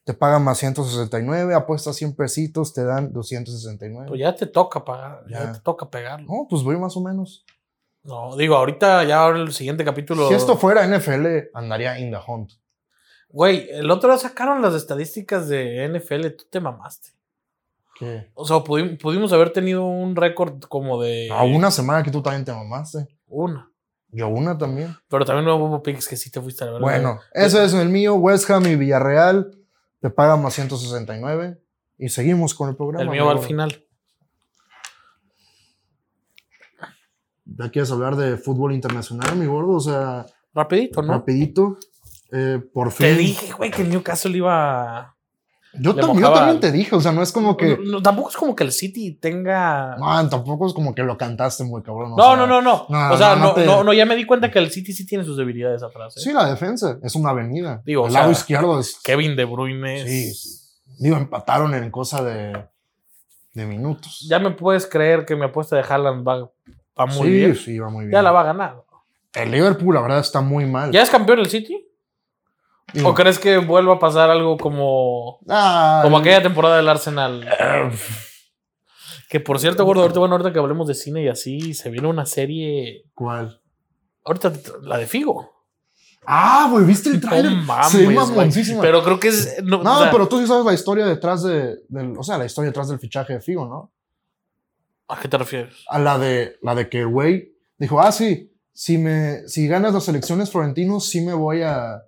Speaker 1: Te pagan más 169, apuestas 100 pesitos, te dan 269.
Speaker 2: Pues ya te toca pagar, ya,
Speaker 1: Ya.
Speaker 2: te toca pegarlo.
Speaker 1: no, pues voy más o menos.
Speaker 2: No, digo, ahorita ya ahora el siguiente capítulo.
Speaker 1: Si esto fuera NFL, andaría in the hunt.
Speaker 2: Güey, el otro día sacaron las estadísticas de NFL, tú te mamaste.
Speaker 1: ¿Qué?
Speaker 2: O sea, pudi- pudimos haber tenido un récord como de
Speaker 1: A una semana que tú también te mamaste.
Speaker 2: una.
Speaker 1: Yo una también.
Speaker 2: Pero también no hubo picks que sí te fuiste a la verdad.
Speaker 1: Bueno, eso es el mío. West Ham y Villarreal te pagan más 169. Y seguimos con el programa.
Speaker 2: el mío va al
Speaker 1: amigo.
Speaker 2: final.
Speaker 1: Ya quieres hablar de fútbol internacional, mi gordo. O sea,
Speaker 2: Rapidito, ¿no?
Speaker 1: rapidito. eh, por fin.
Speaker 2: Te dije, güey, que el Newcastle iba a-
Speaker 1: Yo,
Speaker 2: Le
Speaker 1: tam- yo
Speaker 2: mojaba
Speaker 1: también
Speaker 2: al-
Speaker 1: te dije. O sea, no es como que.
Speaker 2: No, no, tampoco es como que el City tenga. No,
Speaker 1: Man, tampoco es como que lo cantaste muy cabrón. o sea,
Speaker 2: no, no, no.
Speaker 1: no,
Speaker 2: O sea,
Speaker 1: no, no
Speaker 2: no,
Speaker 1: te-
Speaker 2: no, no, ya me di cuenta que el City sí tiene sus debilidades atrás. ¿eh?
Speaker 1: Sí, la defensa. Es una avenida.
Speaker 2: Digo,
Speaker 1: El
Speaker 2: o sea,
Speaker 1: lado izquierdo es.
Speaker 2: Kevin De Bruyne.
Speaker 1: Sí. Digo, empataron en cosa de, de minutos.
Speaker 2: Ya me puedes creer que mi apuesta de Haaland va, va muy
Speaker 1: sí,
Speaker 2: bien.
Speaker 1: sí, va muy bien.
Speaker 2: Ya la va a ganar.
Speaker 1: El Liverpool, la verdad, está muy mal.
Speaker 2: ¿Ya es campeón el City?
Speaker 1: Digo,
Speaker 2: ¿O crees que vuelva a pasar algo como,
Speaker 1: ah,
Speaker 2: como aquella temporada del Arsenal?
Speaker 1: eh,
Speaker 2: Que por cierto, gordo, ahorita, bueno, ahorita que hablemos de cine y así, se viene una serie.
Speaker 1: ¿Cuál?
Speaker 2: Ahorita la de Figo.
Speaker 1: Ah, güey, ¿viste el tráiler?
Speaker 2: No mames,
Speaker 1: Se ve
Speaker 2: güey.
Speaker 1: mamoncísima.
Speaker 2: Pero creo que es. No,
Speaker 1: No,
Speaker 2: [laughs] o sea,
Speaker 1: pero tú sí sabes la historia detrás de, del- o sea, la historia detrás del fichaje de Figo, ¿no?
Speaker 2: ¿A qué te refieres?
Speaker 1: A la de, la de que el güey dijo, ah, sí, si me, si ganas las elecciones florentinos, sí me voy a,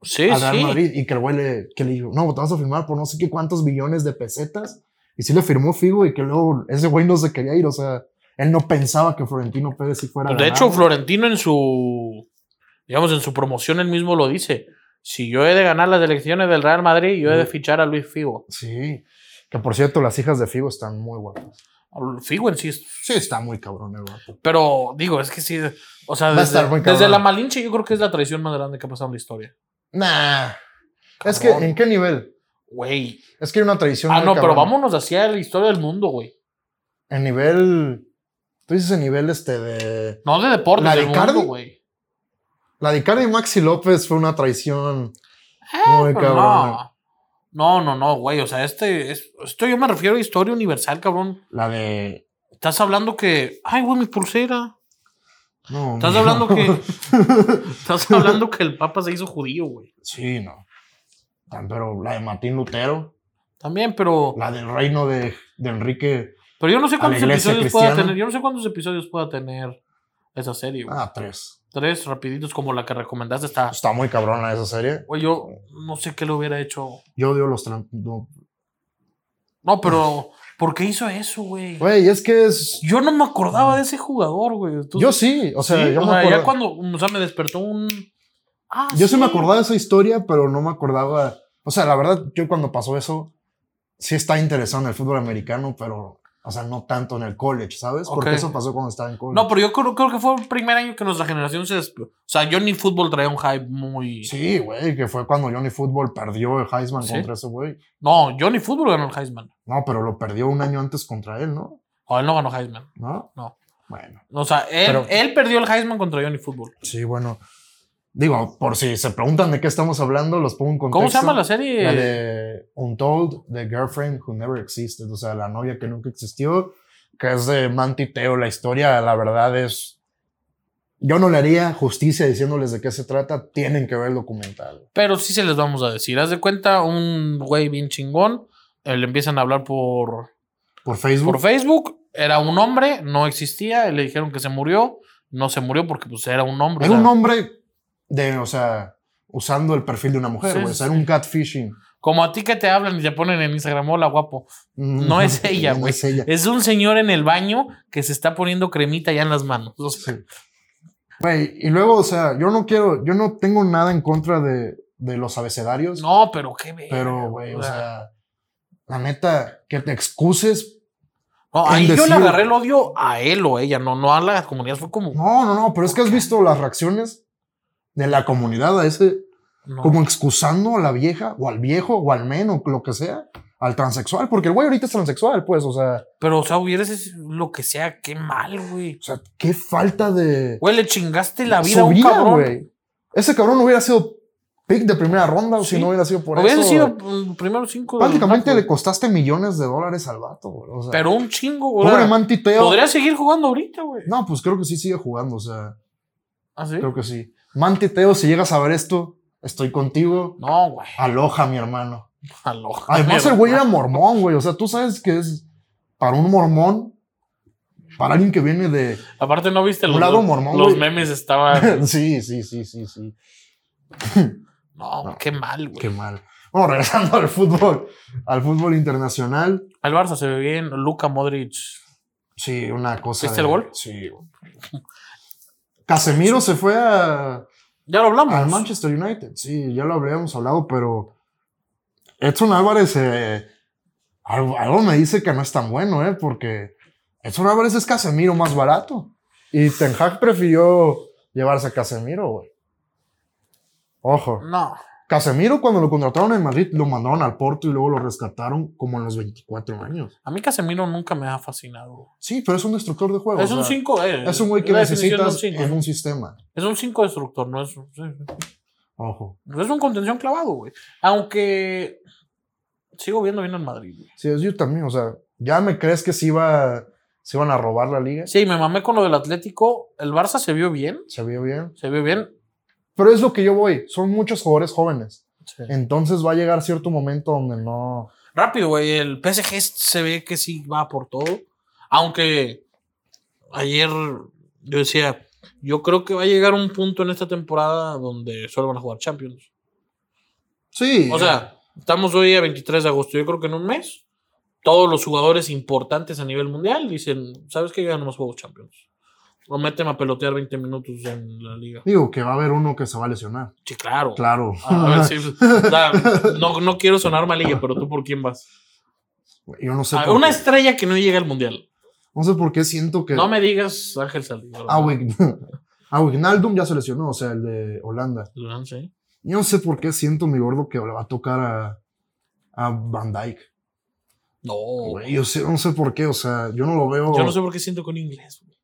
Speaker 2: Sí,
Speaker 1: al Real
Speaker 2: sí.
Speaker 1: Madrid. Y que el güey le, que le dijo, no, te vas a firmar por no sé qué cuántos billones de pesetas. Y sí le firmó Figo y que luego ese güey no se quería ir. O sea, él no pensaba que Florentino Pérez sí fuera.
Speaker 2: Pues, de
Speaker 1: ganado.
Speaker 2: hecho, Florentino en su, digamos, en su promoción él mismo lo dice. Si yo he de ganar las elecciones del Real Madrid, yo he de
Speaker 1: Mm.
Speaker 2: fichar a Luis Figo.
Speaker 1: Sí. Que por cierto, las hijas de Figo están muy guapas.
Speaker 2: Figo en sí. es-
Speaker 1: Sí, está muy cabrón el vato.
Speaker 2: Pero digo, es que sí. O sea,
Speaker 1: Va a
Speaker 2: desde,
Speaker 1: estar muy
Speaker 2: desde
Speaker 1: cabrón.
Speaker 2: la Malinche yo creo que es la traición más grande que ha pasado en la historia.
Speaker 1: Nah. Es que,
Speaker 2: Cabrón.
Speaker 1: ¿en qué nivel?
Speaker 2: Güey.
Speaker 1: Es que hay una tradición.
Speaker 2: Ah,
Speaker 1: muy
Speaker 2: no, pero
Speaker 1: cabrona.
Speaker 2: vámonos hacia la historia del mundo, güey.
Speaker 1: En nivel. Tú dices en nivel este de.
Speaker 2: No de deporte,
Speaker 1: ¿La de
Speaker 2: del mundo,
Speaker 1: Cardi?
Speaker 2: güey.
Speaker 1: La de Icardi y Maxi López fue una traición. muy
Speaker 2: Pero
Speaker 1: cabrona.
Speaker 2: Eh, pues no. No, no, no, güey. O sea, este, es- esto yo me refiero a historia universal, cabrón.
Speaker 1: La de.
Speaker 2: Estás hablando que. Ay, güey, mi pulsera.
Speaker 1: No.
Speaker 2: Estás
Speaker 1: no.
Speaker 2: hablando que. Estás hablando que el Papa se hizo judío, güey.
Speaker 1: [laughs] Sí, no. Tan- Pero la de Martín Lutero,
Speaker 2: También, pero.
Speaker 1: la del reino de, de Enrique.
Speaker 2: Pero yo no sé
Speaker 1: la
Speaker 2: cuántos
Speaker 1: iglesia
Speaker 2: episodios pueda
Speaker 1: cristiana.
Speaker 2: tener. Yo no sé cuántos episodios pueda tener esa serie, güey.
Speaker 1: Ah, tres.
Speaker 2: Tres rapiditos como la que recomendaste está.
Speaker 1: Está muy cabrona esa serie.
Speaker 2: Güey, yo no sé qué le hubiera hecho.
Speaker 1: Yo odio los. tran- no.
Speaker 2: No, pero. ¿Por qué hizo eso, güey?
Speaker 1: Güey, es que es.
Speaker 2: Yo no me acordaba de ese jugador, güey. Tú-
Speaker 1: Yo sí, o sea,
Speaker 2: Sí,
Speaker 1: yo,
Speaker 2: o
Speaker 1: me
Speaker 2: sea, ya
Speaker 1: acuerdo-
Speaker 2: cuando. O sea, me despertó un. Ah,
Speaker 1: yo sí me acordaba de esa historia, pero no me acordaba. O sea, la verdad, yo cuando pasó eso, sí estaba interesado en el fútbol americano, pero, o sea, no tanto en el college, ¿sabes? Porque
Speaker 2: Ok.
Speaker 1: eso pasó cuando estaba en college.
Speaker 2: No, pues, pero yo creo, creo que fue el primer año que nuestra generación se. des- O sea, yo ni fútbol traía un hype muy.
Speaker 1: Sí, güey, que fue cuando Johnny Football perdió el Heisman
Speaker 2: ¿Sí?
Speaker 1: contra ese güey.
Speaker 2: No, Johnny Fútbol ganó el Heisman.
Speaker 1: No, pero lo perdió un año antes contra él, ¿no?
Speaker 2: O él no ganó Heisman.
Speaker 1: ¿No?
Speaker 2: No.
Speaker 1: Bueno.
Speaker 2: O sea, él,
Speaker 1: Pero-
Speaker 2: él perdió el Heisman contra Johnny Fútbol.
Speaker 1: Sí, bueno. Digo, por si se preguntan de qué estamos hablando, los pongo en contexto.
Speaker 2: ¿Cómo se llama la serie?
Speaker 1: La de Untold, The Girlfriend Who Never Existed, o sea, la novia que nunca existió, que es de Manti Teo. La historia, la verdad, es. Yo no le haría justicia diciéndoles de qué se trata, tienen que ver el documental.
Speaker 2: Pero sí se les vamos a decir. Haz de cuenta, un güey bien chingón, eh, le empiezan a hablar por,
Speaker 1: Por Facebook.
Speaker 2: por Facebook, era un hombre, no existía, le dijeron que se murió, no se murió porque pues era un hombre.
Speaker 1: Era
Speaker 2: o sea,
Speaker 1: un hombre de, o sea, usando el perfil de una mujer,
Speaker 2: Sí,
Speaker 1: güey. o sea, era
Speaker 2: sí.
Speaker 1: un catfishing.
Speaker 2: Como a ti que te hablan y te ponen en Instagram, hola guapo. No es ella,
Speaker 1: No
Speaker 2: güey.
Speaker 1: es ella.
Speaker 2: Es un señor en el baño que se está poniendo cremita ya en las manos. O sea,
Speaker 1: Sí. Güey, y luego, o sea, yo no quiero, yo no tengo nada en contra de, de los abecedarios,
Speaker 2: No, pero qué verga,
Speaker 1: pero, güey, o sea, la neta, que te excuses.
Speaker 2: No, ahí yo
Speaker 1: decir-
Speaker 2: le agarré el odio a él o ella, no, no a la comunidad. Fue como.
Speaker 1: No, no, no, pero es que has visto las reacciones de la comunidad a ese,
Speaker 2: no.
Speaker 1: como excusando a la vieja o al viejo o al men o lo que sea, al transexual, porque el güey ahorita es transexual, pues, o sea,
Speaker 2: Pero, o sea, hubieras es- lo que sea, qué mal, güey.
Speaker 1: o sea, qué falta de,
Speaker 2: Güey, le chingaste la vida
Speaker 1: su
Speaker 2: a un
Speaker 1: vida,
Speaker 2: cabrón.
Speaker 1: güey. Ese cabrón hubiera sido pick de primera ronda
Speaker 2: Sí.
Speaker 1: si no hubiera sido por
Speaker 2: Hubieran
Speaker 1: eso.
Speaker 2: sido
Speaker 1: güey.
Speaker 2: mm, primero cinco. del
Speaker 1: Prácticamente
Speaker 2: Napoli.
Speaker 1: le costaste millones de dólares al vato, güey. O sea,
Speaker 2: Pero un chingo, güey.
Speaker 1: pobre Mantiteo.
Speaker 2: Podría seguir jugando ahorita, güey.
Speaker 1: No, pues creo que sí sigue jugando, o sea,
Speaker 2: ¿Ah, sí?
Speaker 1: creo que sí. Mantiteo, si llegas a ver esto, estoy contigo.
Speaker 2: No, güey. [laughs]
Speaker 1: Aloja, mi hermano.
Speaker 2: Aloha,
Speaker 1: Además,
Speaker 2: mierda.
Speaker 1: el güey era mormón, güey. O sea, tú sabes que es para un mormón, para alguien que viene de.
Speaker 2: Aparte, ¿no viste los,
Speaker 1: Un lado mormón,
Speaker 2: los
Speaker 1: güey. [laughs]
Speaker 2: memes? Estaban.
Speaker 1: sí, sí, sí, sí, sí.
Speaker 2: No,
Speaker 1: No.
Speaker 2: qué mal, güey.
Speaker 1: Qué mal. Bueno, regresando al fútbol, al fútbol internacional.
Speaker 2: Al Barça se ve bien. Luca Modric.
Speaker 1: Sí, una cosa.
Speaker 2: ¿Viste
Speaker 1: de-
Speaker 2: el gol?
Speaker 1: Sí. Casemiro se fue a-
Speaker 2: Ya lo hablamos.
Speaker 1: al Manchester United. Sí, ya lo habríamos hablado, pero Edson Álvarez, eh, algo, algo me dice que no es tan bueno, ¿eh? Porque Edson Álvarez es Casemiro más barato. Y Ten Hag prefirió llevarse a Casemiro, güey. Ojo.
Speaker 2: No.
Speaker 1: Casemiro cuando lo contrataron en Madrid lo mandaron al Porto y luego lo rescataron como en los 24 años.
Speaker 2: A mí Casemiro nunca me ha fascinado.
Speaker 1: Sí, pero es un destructor de juego.
Speaker 2: es
Speaker 1: o
Speaker 2: un eh,
Speaker 1: sea,
Speaker 2: 5.
Speaker 1: Es un güey que necesitas en un sistema.
Speaker 2: Es un 5 destructor, no es, sí, sí.
Speaker 1: Ojo.
Speaker 2: es un contención clavado, güey. Aunque sigo viendo bien al Madrid. güey.
Speaker 1: Sí, es yo también. O sea, ¿ya me crees que se, iba, se iban a robar la liga?
Speaker 2: Sí, me mamé con lo del Atlético. El Barça se vio bien,
Speaker 1: Se vio bien.
Speaker 2: se vio bien.
Speaker 1: Pero es lo que yo voy. Son muchos jugadores jóvenes.
Speaker 2: Sí.
Speaker 1: Entonces va a llegar cierto momento donde no.
Speaker 2: Rápido, güey. El PSG se ve que sí va por todo. Aunque ayer yo decía, yo creo que va a llegar un punto en esta temporada donde solo van a jugar Champions.
Speaker 1: Sí.
Speaker 2: O sea, estamos hoy a 23 de agosto. Yo creo que en un mes todos los jugadores importantes a nivel mundial dicen, ¿sabes qué? Yo ya no más juego Champions. O méteme a pelotear 20 minutos en la liga.
Speaker 1: Digo que va a haber uno que se va a lesionar.
Speaker 2: Sí, claro.
Speaker 1: Claro.
Speaker 2: Ah, A ver, sí, pues, o sea, no, no quiero sonar malilla, pero tú por quién vas.
Speaker 1: [laughs] Yo no sé.
Speaker 2: Ah,
Speaker 1: por
Speaker 2: Una
Speaker 1: qué.
Speaker 2: estrella que no llega al mundial.
Speaker 1: No sé por qué siento que.
Speaker 2: No me digas Ángel Saldívar.
Speaker 1: A [laughs] Wig- a Wijnaldum ya se lesionó, o sea, el de Holanda.
Speaker 2: Durán, sí.
Speaker 1: Yo no sé por qué siento mi gordo que le va a tocar a, a Van Dyke.
Speaker 2: No.
Speaker 1: Güey, yo sé- no sé por qué, o sea, yo no lo veo.
Speaker 2: Yo no sé por qué siento con inglés. güey.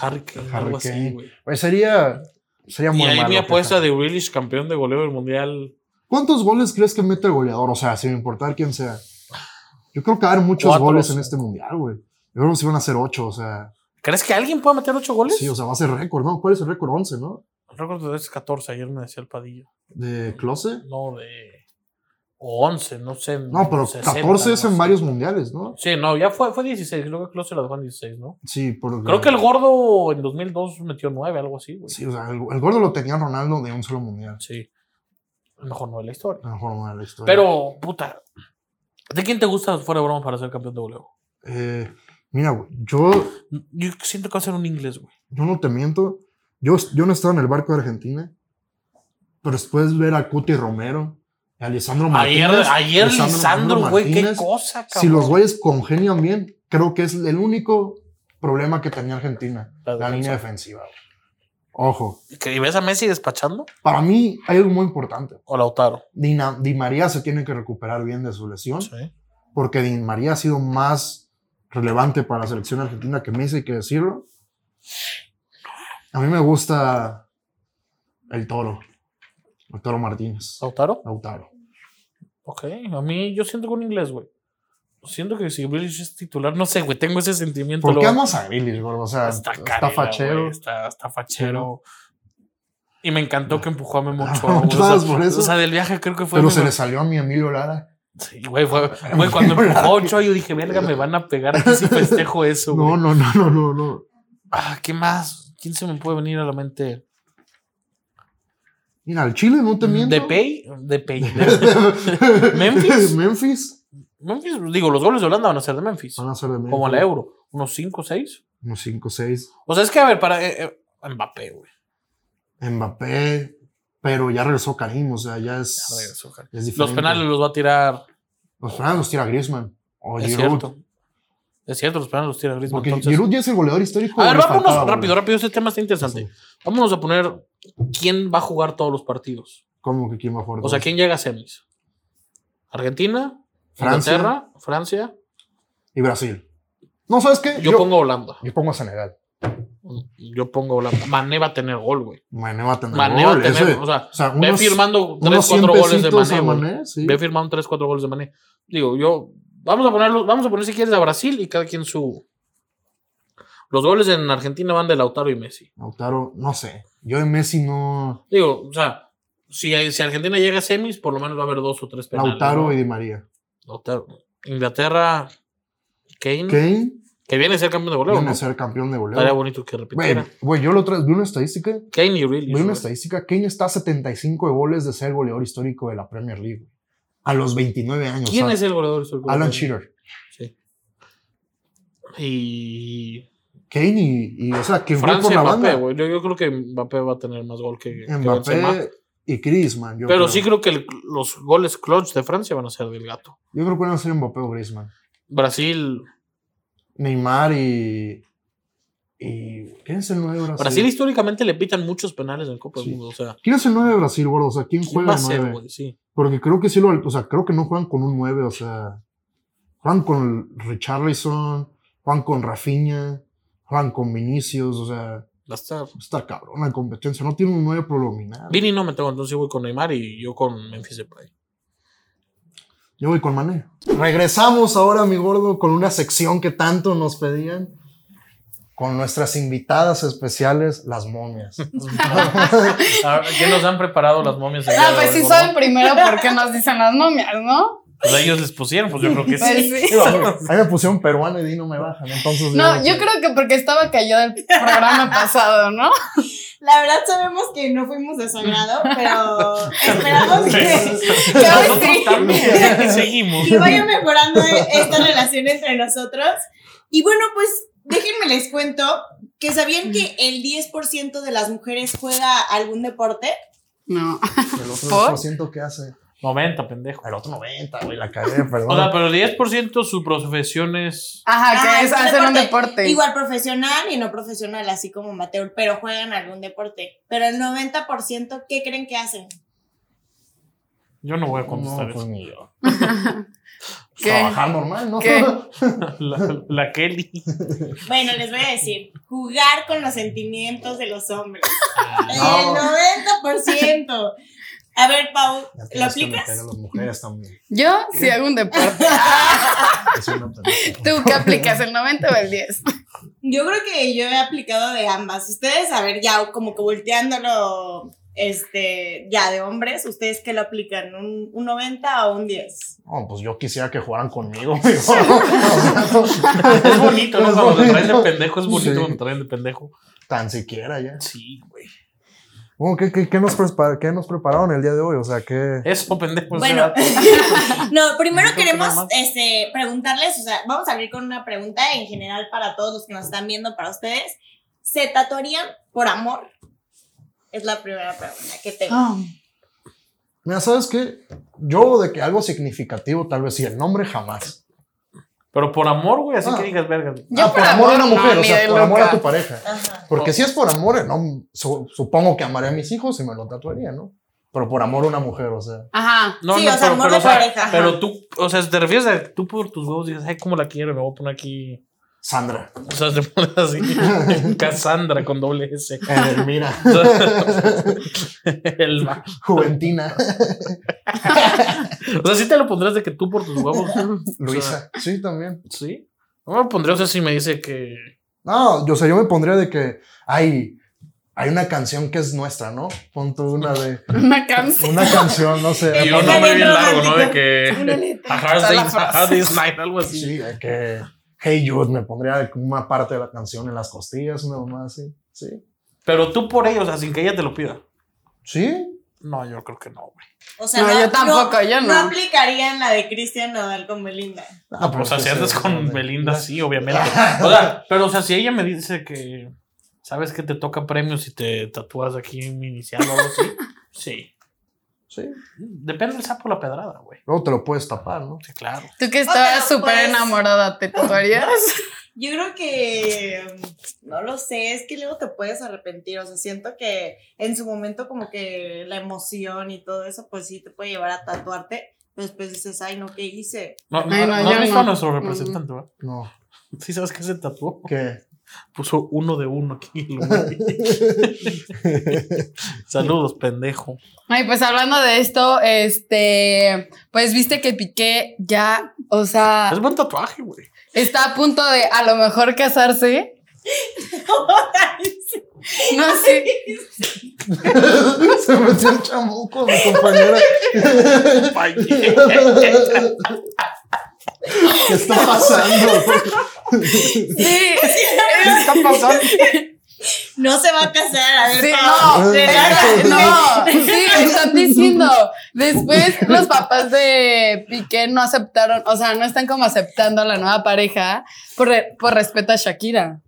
Speaker 2: Harry
Speaker 1: Oh.
Speaker 2: Kane,
Speaker 1: Harry
Speaker 2: algo así,
Speaker 1: Kane.
Speaker 2: güey.
Speaker 1: Pues sería, sería
Speaker 2: Y
Speaker 1: muy
Speaker 2: ahí
Speaker 1: malo
Speaker 2: mi
Speaker 1: que
Speaker 2: apuesta
Speaker 1: sea.
Speaker 2: de Grealish, campeón de goleo del mundial.
Speaker 1: ¿Cuántos goles crees que mete el goleador? O sea, sin importar quién sea. Yo creo que va a haber muchos
Speaker 2: Cuatro,
Speaker 1: goles
Speaker 2: sí.
Speaker 1: en este mundial, güey. Yo creo que se van a hacer ocho, o sea.
Speaker 2: ¿Crees que alguien pueda meter ocho goles?
Speaker 1: Sí, o sea, va a ser récord, ¿no? ¿Cuál es el récord? 11, ¿no?
Speaker 2: El récord de es 14, ayer me decía el Padilla.
Speaker 1: De Close.
Speaker 2: No, de. O 11, no sé.
Speaker 1: No, pero
Speaker 2: 60,
Speaker 1: 14 es
Speaker 2: no
Speaker 1: en
Speaker 2: sé.
Speaker 1: varios mundiales, ¿no?
Speaker 2: Sí, no, ya fue, fue 16. Creo que Klose la dejó en 16, ¿no?
Speaker 1: Sí, porque.
Speaker 2: Creo que el gordo en 2002 metió 9, algo así, güey. Sí.
Speaker 1: Sí, o sea, el, el gordo lo tenía Ronaldo de un solo mundial.
Speaker 2: A lo Mejor no de la historia.
Speaker 1: La mejor manera de la historia.
Speaker 2: Pero, puta. ¿De quién te gusta fuera de broma para ser campeón de goleo?
Speaker 1: Eh, mira, güey, yo
Speaker 2: Yo siento que va a ser un inglés, güey.
Speaker 1: yo no te miento, yo, yo no estaba en el barco de Argentina, pero después ver a Cuti Romero, a Lisandro
Speaker 2: Ayer,
Speaker 1: Martínez.
Speaker 2: ayer Lisandro, güey, qué
Speaker 1: Martínez,
Speaker 2: cosa, cabrón.
Speaker 1: Si los güeyes congenian bien, creo que es el único problema que tenía Argentina, la,
Speaker 2: La defensa.
Speaker 1: línea defensiva. güey. Ojo,
Speaker 2: ¿Y ves a Messi despachando?
Speaker 1: para mí hay algo muy importante.
Speaker 2: ¿O Lautaro?
Speaker 1: Di, Na- Di María se tiene que recuperar bien de su lesión,
Speaker 2: Sí.
Speaker 1: porque Di María ha sido más relevante para la selección argentina que Messi, hay que decirlo. A mí me gusta El toro. El toro Martínez.
Speaker 2: ¿Lautaro?
Speaker 1: Lautaro.
Speaker 2: Ok, a mí yo siento con inglés, güey. Siento que si Grealish es titular, no sé, güey, tengo ese sentimiento.
Speaker 1: ¿Por qué
Speaker 2: luego.
Speaker 1: amas a Grealish, gordo? O sea, está,
Speaker 2: Está carera,
Speaker 1: fachero.
Speaker 2: güey, Está, está fachero. Y me encantó que empujó
Speaker 1: [laughs]
Speaker 2: a Memo
Speaker 1: Ah,
Speaker 2: Ochoa, güey.
Speaker 1: ¿todas
Speaker 2: O sea,
Speaker 1: por eso?
Speaker 2: o sea, del viaje creo que fue.
Speaker 1: Pero
Speaker 2: mi
Speaker 1: se le
Speaker 2: mejor-
Speaker 1: salió a mi Emilio Lara.
Speaker 2: Sí, güey, fue-
Speaker 1: [laughs]
Speaker 2: güey, cuando empujó a Ochoa, yo dije, verga, me van a pegar aquí si festejo eso, güey.
Speaker 1: No, no, no, no, no, no.
Speaker 2: Ah, ¿qué más? ¿Quién se me puede venir a la mente?
Speaker 1: Mira, al Chile no te miento. [laughs]
Speaker 2: ¿De Pay? De Pay.
Speaker 1: Memphis.
Speaker 2: ¿Memphis?
Speaker 1: Memphis.
Speaker 2: Memphis, digo, los goles de Holanda van a ser de Memphis.
Speaker 1: Van a ser de Memphis.
Speaker 2: Como la Euro. Unos 5, 6.
Speaker 1: Unos 5, 6.
Speaker 2: O sea, es que, a ver, para eh, eh, Mbappé, güey.
Speaker 1: Mbappé. Pero ya regresó Karim. O sea, ya es.
Speaker 2: Ya regresó, cara.
Speaker 1: es
Speaker 2: Los
Speaker 1: diferente.
Speaker 2: penales los va a tirar.
Speaker 1: Los penales los tira Griezmann. O
Speaker 2: es
Speaker 1: Giroud.
Speaker 2: cierto. Es cierto, los penales los tira Griezmann.
Speaker 1: Porque
Speaker 2: entonces-
Speaker 1: Giroud ya es el goleador histórico.
Speaker 2: A ver,
Speaker 1: le
Speaker 2: vámonos
Speaker 1: faltaba, güey.
Speaker 2: rápido, rápido. Este tema está interesante. Vámonos a poner quién va a jugar todos los partidos.
Speaker 1: ¿Cómo que quién va a jugar?
Speaker 2: O sea,
Speaker 1: dos?
Speaker 2: ¿quién llega a semis? ¿Argentina?
Speaker 1: Francia.
Speaker 2: ¿Inglaterra? ¿Francia?
Speaker 1: Y Brasil. No, ¿sabes qué?
Speaker 2: Yo, pongo a Holanda.
Speaker 1: yo pongo a Senegal.
Speaker 2: Yo pongo a Holanda. Mané va a tener gol, güey.
Speaker 1: Mané va a tener
Speaker 2: Mané va a
Speaker 1: gol,
Speaker 2: tener.
Speaker 1: ese.
Speaker 2: o sea, ve
Speaker 1: unos-
Speaker 2: firmando
Speaker 1: unos
Speaker 2: 3,
Speaker 1: 100
Speaker 2: 4 goles de
Speaker 1: pesitos
Speaker 2: Mané.
Speaker 1: a
Speaker 2: güey.
Speaker 1: Mané, sí.
Speaker 2: Ve firmando 3, 4 goles de Mané. Digo, yo. Vamos a ponerlo, vamos a poner si quieres a Brasil y cada quien su. Los goles en Argentina van de Lautaro y Messi.
Speaker 1: Lautaro, no sé. Yo de Messi no.
Speaker 2: Digo, o sea, si, si Argentina llega a semis, por lo menos va a haber dos o tres penales.
Speaker 1: Lautaro
Speaker 2: ¿no?
Speaker 1: y Di María.
Speaker 2: Lautaro. Inglaterra, Kane,
Speaker 1: Kane
Speaker 2: que viene a ser campeón de goleo,
Speaker 1: viene a
Speaker 2: ¿no?
Speaker 1: ser campeón de
Speaker 2: Estaría
Speaker 1: goleo.
Speaker 2: bonito que
Speaker 1: Güey,
Speaker 2: repitiera.
Speaker 1: güey, yo lo otra vez vi una estadística.
Speaker 2: Kane y Grealish.
Speaker 1: Vi una
Speaker 2: güey.
Speaker 1: estadística. Kane está a 75 de goles de ser goleador histórico de la Premier League. güey. A los 29 años.
Speaker 2: ¿Quién
Speaker 1: ¿sabes?
Speaker 2: es el goleador histórico?
Speaker 1: Alan Shearer.
Speaker 2: Sí. Y
Speaker 1: Kane y, y, o sea, quien fue por
Speaker 2: Francia,
Speaker 1: la
Speaker 2: Mbappé,
Speaker 1: banda.
Speaker 2: güey. Yo, yo creo que Mbappé va a tener más gol que, que Benzema.
Speaker 1: Mbappé y Griezmann. Yo
Speaker 2: Pero
Speaker 1: creo.
Speaker 2: sí creo que el- los goles clutch de Francia van a ser del gato.
Speaker 1: Yo creo que van a ser Mbappé o Griezmann.
Speaker 2: Brasil.
Speaker 1: Neymar y. y ¿Quién es el 9 de Brasil?
Speaker 2: Brasil históricamente le pitan muchos penales en Copa
Speaker 1: Sí.
Speaker 2: del Mundo. O sea,
Speaker 1: ¿Quién es el 9 de Brasil, gordo? O sea, ¿quién,
Speaker 2: ¿quién
Speaker 1: juega
Speaker 2: va a
Speaker 1: el
Speaker 2: ser,
Speaker 1: 9?
Speaker 2: güey? Sí.
Speaker 1: Porque creo que sí lo. O sea, creo que no juegan con un 9, o sea. Juegan con Richarlison, juegan con Rafinha, juegan con Vinicius, o sea. va
Speaker 2: Va a estar.
Speaker 1: a Estar cabrón la competencia. No tiene un 9 predominante.
Speaker 2: Vini no me tengo, entonces voy con Neymar y yo con Memphis Depay.
Speaker 1: Yo voy con Mané. Regresamos ahora, mi gordo, con una sección que tanto nos pedían. Con nuestras invitadas especiales, las
Speaker 2: [laughs]
Speaker 1: momias.
Speaker 2: A ver, ¿Qué Ah, nos han preparado las momias? el día
Speaker 3: Ah,
Speaker 2: de
Speaker 3: pues
Speaker 2: hoy,
Speaker 3: sí
Speaker 2: gordo?
Speaker 3: saben primero por qué nos dicen las momias, ¿no?
Speaker 2: Pues a ellos les pusieron, pues yo creo que
Speaker 3: Pues
Speaker 2: sí.
Speaker 3: sí.
Speaker 1: Digo, a mí-
Speaker 3: [laughs]
Speaker 1: a mí me pusieron peruano y di no me bajan. Entonces
Speaker 3: No, yo creo que porque estaba callado el
Speaker 1: [laughs]
Speaker 3: programa pasado, ¿no?
Speaker 4: La verdad sabemos que no fuimos de soñado, pero esperamos que,
Speaker 3: Que hoy
Speaker 2: Nosotros
Speaker 3: sí. [laughs]
Speaker 2: también. que seguimos.
Speaker 4: que vaya mejorando esta relación entre nosotros. Y bueno, pues déjenme les cuento que sabían que el 10% de las mujeres juega algún deporte.
Speaker 3: No.
Speaker 1: [laughs] El otro
Speaker 3: ¿Por?
Speaker 1: 10% que hace.
Speaker 2: 90, pendejo.
Speaker 1: El otro 90, güey, la cagué, perdón.
Speaker 2: O sea, pero el 10% su profesión es.
Speaker 3: Ajá, que
Speaker 4: Ah,
Speaker 3: es hacer un deporte.
Speaker 4: Igual profesional y no profesional, así como amateur, pero juegan algún deporte. Pero el 90%, ¿qué creen que hacen?
Speaker 2: Yo no voy a contestar
Speaker 1: no, pues
Speaker 2: eso.
Speaker 1: ni yo. Pues,
Speaker 3: [laughs] ¿Qué?
Speaker 1: Trabajar normal, ¿no? [laughs]
Speaker 3: ¿Qué?
Speaker 2: [laughs] La, la Kelly.
Speaker 4: Bueno, les voy a decir, jugar con los sentimientos de los hombres.
Speaker 2: Ah,
Speaker 1: No.
Speaker 4: El 90%. A ver, Pau,
Speaker 1: Ya
Speaker 4: ¿lo
Speaker 1: tienes que
Speaker 4: aplicas?
Speaker 1: meter a las mujeres también.
Speaker 3: Yo sí hago
Speaker 1: [laughs]
Speaker 3: un deporte.
Speaker 1: Es una pendeja.
Speaker 3: ¿Tú qué aplicas, el 90 o el 10?
Speaker 4: Yo creo que yo he aplicado de ambas. Ustedes, a ver, ya como que volteándolo, este, ya de hombres, ¿ustedes qué lo aplican? ¿Un, un 90 o un 10?
Speaker 1: No, pues yo quisiera que jugaran conmigo. [laughs] güey. O sea,
Speaker 2: Es bonito, ¿no?
Speaker 1: Es
Speaker 2: Cuando te traen de
Speaker 1: bonito.
Speaker 2: pendejo, es bonito
Speaker 1: Sí.
Speaker 2: cuando te traen de pendejo.
Speaker 1: Tan siquiera ya.
Speaker 2: Sí, güey.
Speaker 1: Bueno, ¿qué, qué, qué nos prepar- ¿Qué nos prepararon el día de hoy? O sea, ¿qué?
Speaker 2: Eso, pendejo.
Speaker 4: Bueno,
Speaker 2: o sea,
Speaker 4: no, primero
Speaker 2: Yo creo que
Speaker 4: queremos
Speaker 2: nada más.
Speaker 4: este, preguntarles, o sea, vamos a abrir con una pregunta en general para todos los que nos están viendo, para ustedes. ¿Se tatuarían por amor? Es la primera pregunta que tengo.
Speaker 3: Ah.
Speaker 1: Ah. Mira, ¿sabes qué? Yo de que algo significativo, tal vez sí, el nombre jamás.
Speaker 2: pero por amor, güey, así
Speaker 1: Ah.
Speaker 2: que digas, verga.
Speaker 3: Yo
Speaker 1: Ah, por
Speaker 3: por
Speaker 1: amor a una
Speaker 3: amor, no,
Speaker 1: mujer, o
Speaker 3: ni
Speaker 1: sea,
Speaker 3: de
Speaker 1: por amor a
Speaker 3: loca.
Speaker 1: tu pareja.
Speaker 4: Ajá.
Speaker 1: Porque si es por amor, no, su- supongo que amaré a mis hijos y me lo tatuaría, ¿no? Pero por amor a una mujer, o sea.
Speaker 3: Ajá.
Speaker 2: No,
Speaker 4: Sí,
Speaker 2: no,
Speaker 4: o sea,
Speaker 2: pero,
Speaker 4: amor
Speaker 2: pero,
Speaker 4: de pareja, ajá.
Speaker 2: pero tú, o sea, te refieres a que tú por tus huevos dices, ay, cómo la quiero, me voy a poner aquí.
Speaker 1: Sandra.
Speaker 2: O sea, [laughs] se pone
Speaker 4: [laughs]
Speaker 2: así. Cassandra con doble S. [laughs]
Speaker 3: [laughs]
Speaker 1: Eh, mira.
Speaker 2: El va-
Speaker 1: Juventina.
Speaker 2: o sea, sí te lo pondrás de que tú por tus
Speaker 4: [laughs]
Speaker 2: huevos.
Speaker 1: Luisa. Sí, también.
Speaker 2: Sí. No me lo pondría, o sea, si me dice que.
Speaker 1: No, yo, o sea, yo me pondría de que hay, hay una canción que es nuestra, ¿no? Pon tú una de.
Speaker 3: Una canción.
Speaker 1: Una canción, no
Speaker 3: [laughs]
Speaker 1: sé.
Speaker 2: Y un nombre bien largo, ¿no? De
Speaker 4: Una
Speaker 2: que.
Speaker 4: letra.
Speaker 2: A Hard
Speaker 3: Está la
Speaker 2: Day's- a
Speaker 3: frase.
Speaker 2: Hard Day's Night, algo así.
Speaker 1: Sí, de que. Hey Jude, me pondría de que una parte de la canción en las costillas, una mamá así. Sí.
Speaker 2: Pero tú por ellos, o sea, sin que ella te lo pida.
Speaker 1: Sí.
Speaker 2: No, yo creo que no, güey.
Speaker 4: O sea,
Speaker 3: No, yo tampoco, yo no.
Speaker 4: aplicaría en la de Cristian Nodal con Belinda.
Speaker 1: Ah, pero
Speaker 2: o sea,
Speaker 1: es
Speaker 2: si
Speaker 1: que
Speaker 2: andas
Speaker 1: se-
Speaker 2: con
Speaker 1: de-
Speaker 2: Belinda,
Speaker 1: de-
Speaker 2: sí, obviamente. O sea, pero o sea, si ella me dice que sabes que te toca premios y te tatúas aquí mi inicial o algo así, sí.
Speaker 1: Sí.
Speaker 2: Depende del sapo o la pedrada, güey.
Speaker 1: Luego te lo puedes tapar, ¿no?
Speaker 2: Sí, claro.
Speaker 3: Tú que estabas
Speaker 4: Ok,
Speaker 3: súper
Speaker 4: pues.
Speaker 3: enamorada, ¿te tatuarías? [laughs]
Speaker 4: Yo creo que mm, no lo sé, es que luego te puedes arrepentir. O sea, siento que en su momento, como que la emoción y todo eso, pues sí te puede llevar a tatuarte. Pero después dices, ay, no, ¿qué hice?
Speaker 2: No, no,
Speaker 3: Ay, no,
Speaker 2: no
Speaker 3: yo
Speaker 2: has visto
Speaker 3: no.
Speaker 2: a nuestro representante, ¿verdad?
Speaker 1: No.
Speaker 2: Sí, sabes que se tatuó.
Speaker 1: ¿Qué?
Speaker 2: [laughs] Puso uno de uno aquí. el güey. Saludos, pendejo.
Speaker 3: Ay, pues hablando de esto, este, pues viste que Piqué ya, o sea,
Speaker 2: Es buen tatuaje, güey.
Speaker 3: está a punto de a lo mejor casarse. No sé.
Speaker 1: se metió el chamuco, mi compañera.
Speaker 2: Ay,
Speaker 1: ¿Qué está
Speaker 2: [laughs]
Speaker 1: pasando?
Speaker 3: Sí,
Speaker 2: ¿Qué está pasando?
Speaker 4: no se va a casar, a ver.
Speaker 3: sí,
Speaker 4: pa-
Speaker 3: no,
Speaker 4: de-
Speaker 3: no, sí, están diciendo. Después los papás de Piqué no aceptaron, o sea, no están como aceptando a la nueva pareja por, re- por respeto a Shakira.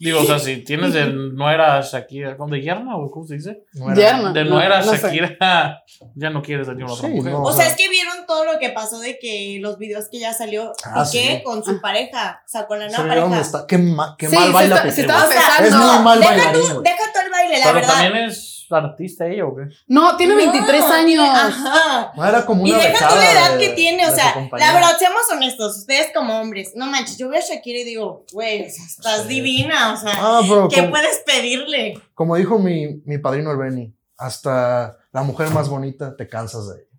Speaker 2: Digo, o sea, si tienes de no era Shakira, ¿cómo de yerna o cómo se dice?
Speaker 1: No era-
Speaker 3: Yerma.
Speaker 2: De no,
Speaker 3: No,
Speaker 2: era
Speaker 3: no sé.
Speaker 2: Shakira, [laughs] ya no quieres salir con otra
Speaker 1: Sí,
Speaker 2: mujer.
Speaker 1: no.
Speaker 4: O sea, es que vieron todo lo que pasó de que los videos que ya salió
Speaker 1: Ah,
Speaker 4: Piqué
Speaker 1: sí.
Speaker 4: con su pareja, o sea, con la
Speaker 1: Se
Speaker 4: nueva
Speaker 1: ve dónde
Speaker 4: pareja.
Speaker 1: está. Qué, ma- qué
Speaker 3: Sí,
Speaker 1: mal
Speaker 3: se
Speaker 1: baila
Speaker 3: está- se
Speaker 1: Piqué,
Speaker 3: estaba
Speaker 1: güey.
Speaker 3: besando.
Speaker 1: Es muy mal
Speaker 4: deja,
Speaker 1: bailarín,
Speaker 4: tú,
Speaker 1: güey.
Speaker 4: deja todo el baile, la
Speaker 2: Pero
Speaker 4: verdad.
Speaker 2: también es artista ella, ¿o qué?
Speaker 3: No, tiene 23
Speaker 4: No,
Speaker 3: años.
Speaker 4: Ajá.
Speaker 1: No era como
Speaker 4: Y
Speaker 1: una
Speaker 4: deja tú la
Speaker 1: becada
Speaker 4: edad
Speaker 1: de-
Speaker 4: que tiene, o
Speaker 1: de su
Speaker 4: sea,
Speaker 1: compañera.
Speaker 4: la verdad, seamos honestos, ustedes como hombres, no manches, yo veo a Shakira y digo, güey, o sea, estás
Speaker 1: Sí.
Speaker 4: divina, o sea,
Speaker 1: Ah, pero
Speaker 4: ¿qué
Speaker 1: como,
Speaker 4: puedes pedirle?
Speaker 1: como dijo mi, mi padrino el Benny, hasta la mujer más bonita te cansas de ella.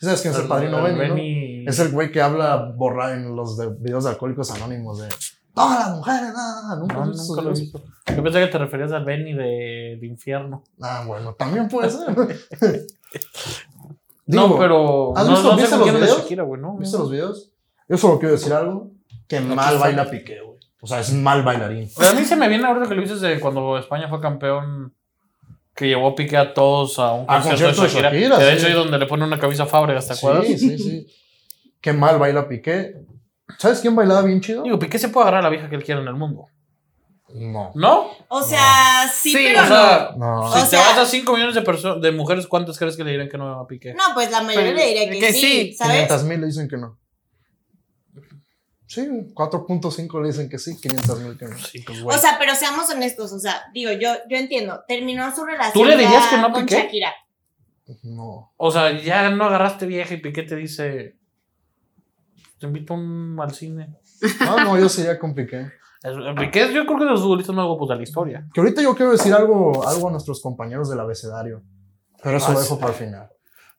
Speaker 1: ¿Sí ¿Sabes quién es el padrino Benny? no? Es el güey que habla borrar en los de- videos de alcohólicos anónimos de todas las mujeres, nada, nada, nunca.
Speaker 2: No,
Speaker 1: han
Speaker 2: nunca lo he
Speaker 1: visto".
Speaker 2: visto. Yo pensé que te referías al Benny de, de infierno.
Speaker 1: Ah, bueno, también puede ser. [laughs]
Speaker 2: no,
Speaker 1: Digo,
Speaker 2: pero.
Speaker 1: ¿has
Speaker 2: [laughs] no,
Speaker 1: visto-
Speaker 2: no sé
Speaker 1: viste
Speaker 2: con
Speaker 1: los
Speaker 2: quién era
Speaker 1: videos?
Speaker 2: Shakira, güey, ¿no?
Speaker 1: ¿Viste los videos? Yo solo quiero decir algo. Que mal
Speaker 2: está.
Speaker 1: baila Piqué, güey. O sea, es mal bailarín.
Speaker 2: Pero a mí se me viene ahorita que lo dices de cuando España fue campeón. Que llevó a pique a todos a un
Speaker 1: A concierto de Shakira,
Speaker 2: que de
Speaker 1: sí.
Speaker 2: hecho ahí donde le pone una camisa a Fábregas, ¿te acuerdas?
Speaker 1: Sí, sí, sí. Qué mal baila Piqué. ¿Sabes quién bailaba bien chido?
Speaker 2: Digo, Piqué se puede agarrar a la vieja que él quiera en el mundo.
Speaker 1: No.
Speaker 2: ¿No?
Speaker 4: O sea, sí,
Speaker 3: Sí,
Speaker 4: pero
Speaker 2: O sea,
Speaker 1: No.
Speaker 2: si
Speaker 4: O
Speaker 2: te
Speaker 4: sea-
Speaker 2: vas a 5 millones de personas de mujeres, ¿cuántas crees que le dirán que no a Piqué?
Speaker 4: no. No, pues la mayoría
Speaker 3: Pero-
Speaker 4: le diría que,
Speaker 3: que
Speaker 4: sí,
Speaker 3: sí.
Speaker 4: ¿sabes?
Speaker 1: 500 mil le dicen que no. Sí, 4.5 le dicen que sí, 500 mil que no.
Speaker 2: Sí, pues
Speaker 4: O
Speaker 2: güey.
Speaker 4: sea, pero seamos honestos, o sea, digo, yo, yo entiendo, terminó su relación
Speaker 2: ¿Tú le dirías
Speaker 4: ya
Speaker 2: que no a
Speaker 4: con
Speaker 2: Piqué?
Speaker 4: Shakira.
Speaker 1: No.
Speaker 2: O sea, ya no agarraste vieja y Piqué te dice. Te invito a un- al cine.
Speaker 1: No, Ah, no, yo sería con Piqué.
Speaker 2: Es- Piqué, yo creo que de los futbolistas más guapos de la historia.
Speaker 1: Que ahorita yo quiero decir algo, algo a nuestros compañeros del abecedario. Pero eso
Speaker 2: Ah,
Speaker 1: lo
Speaker 2: sí.
Speaker 1: dejo para el final.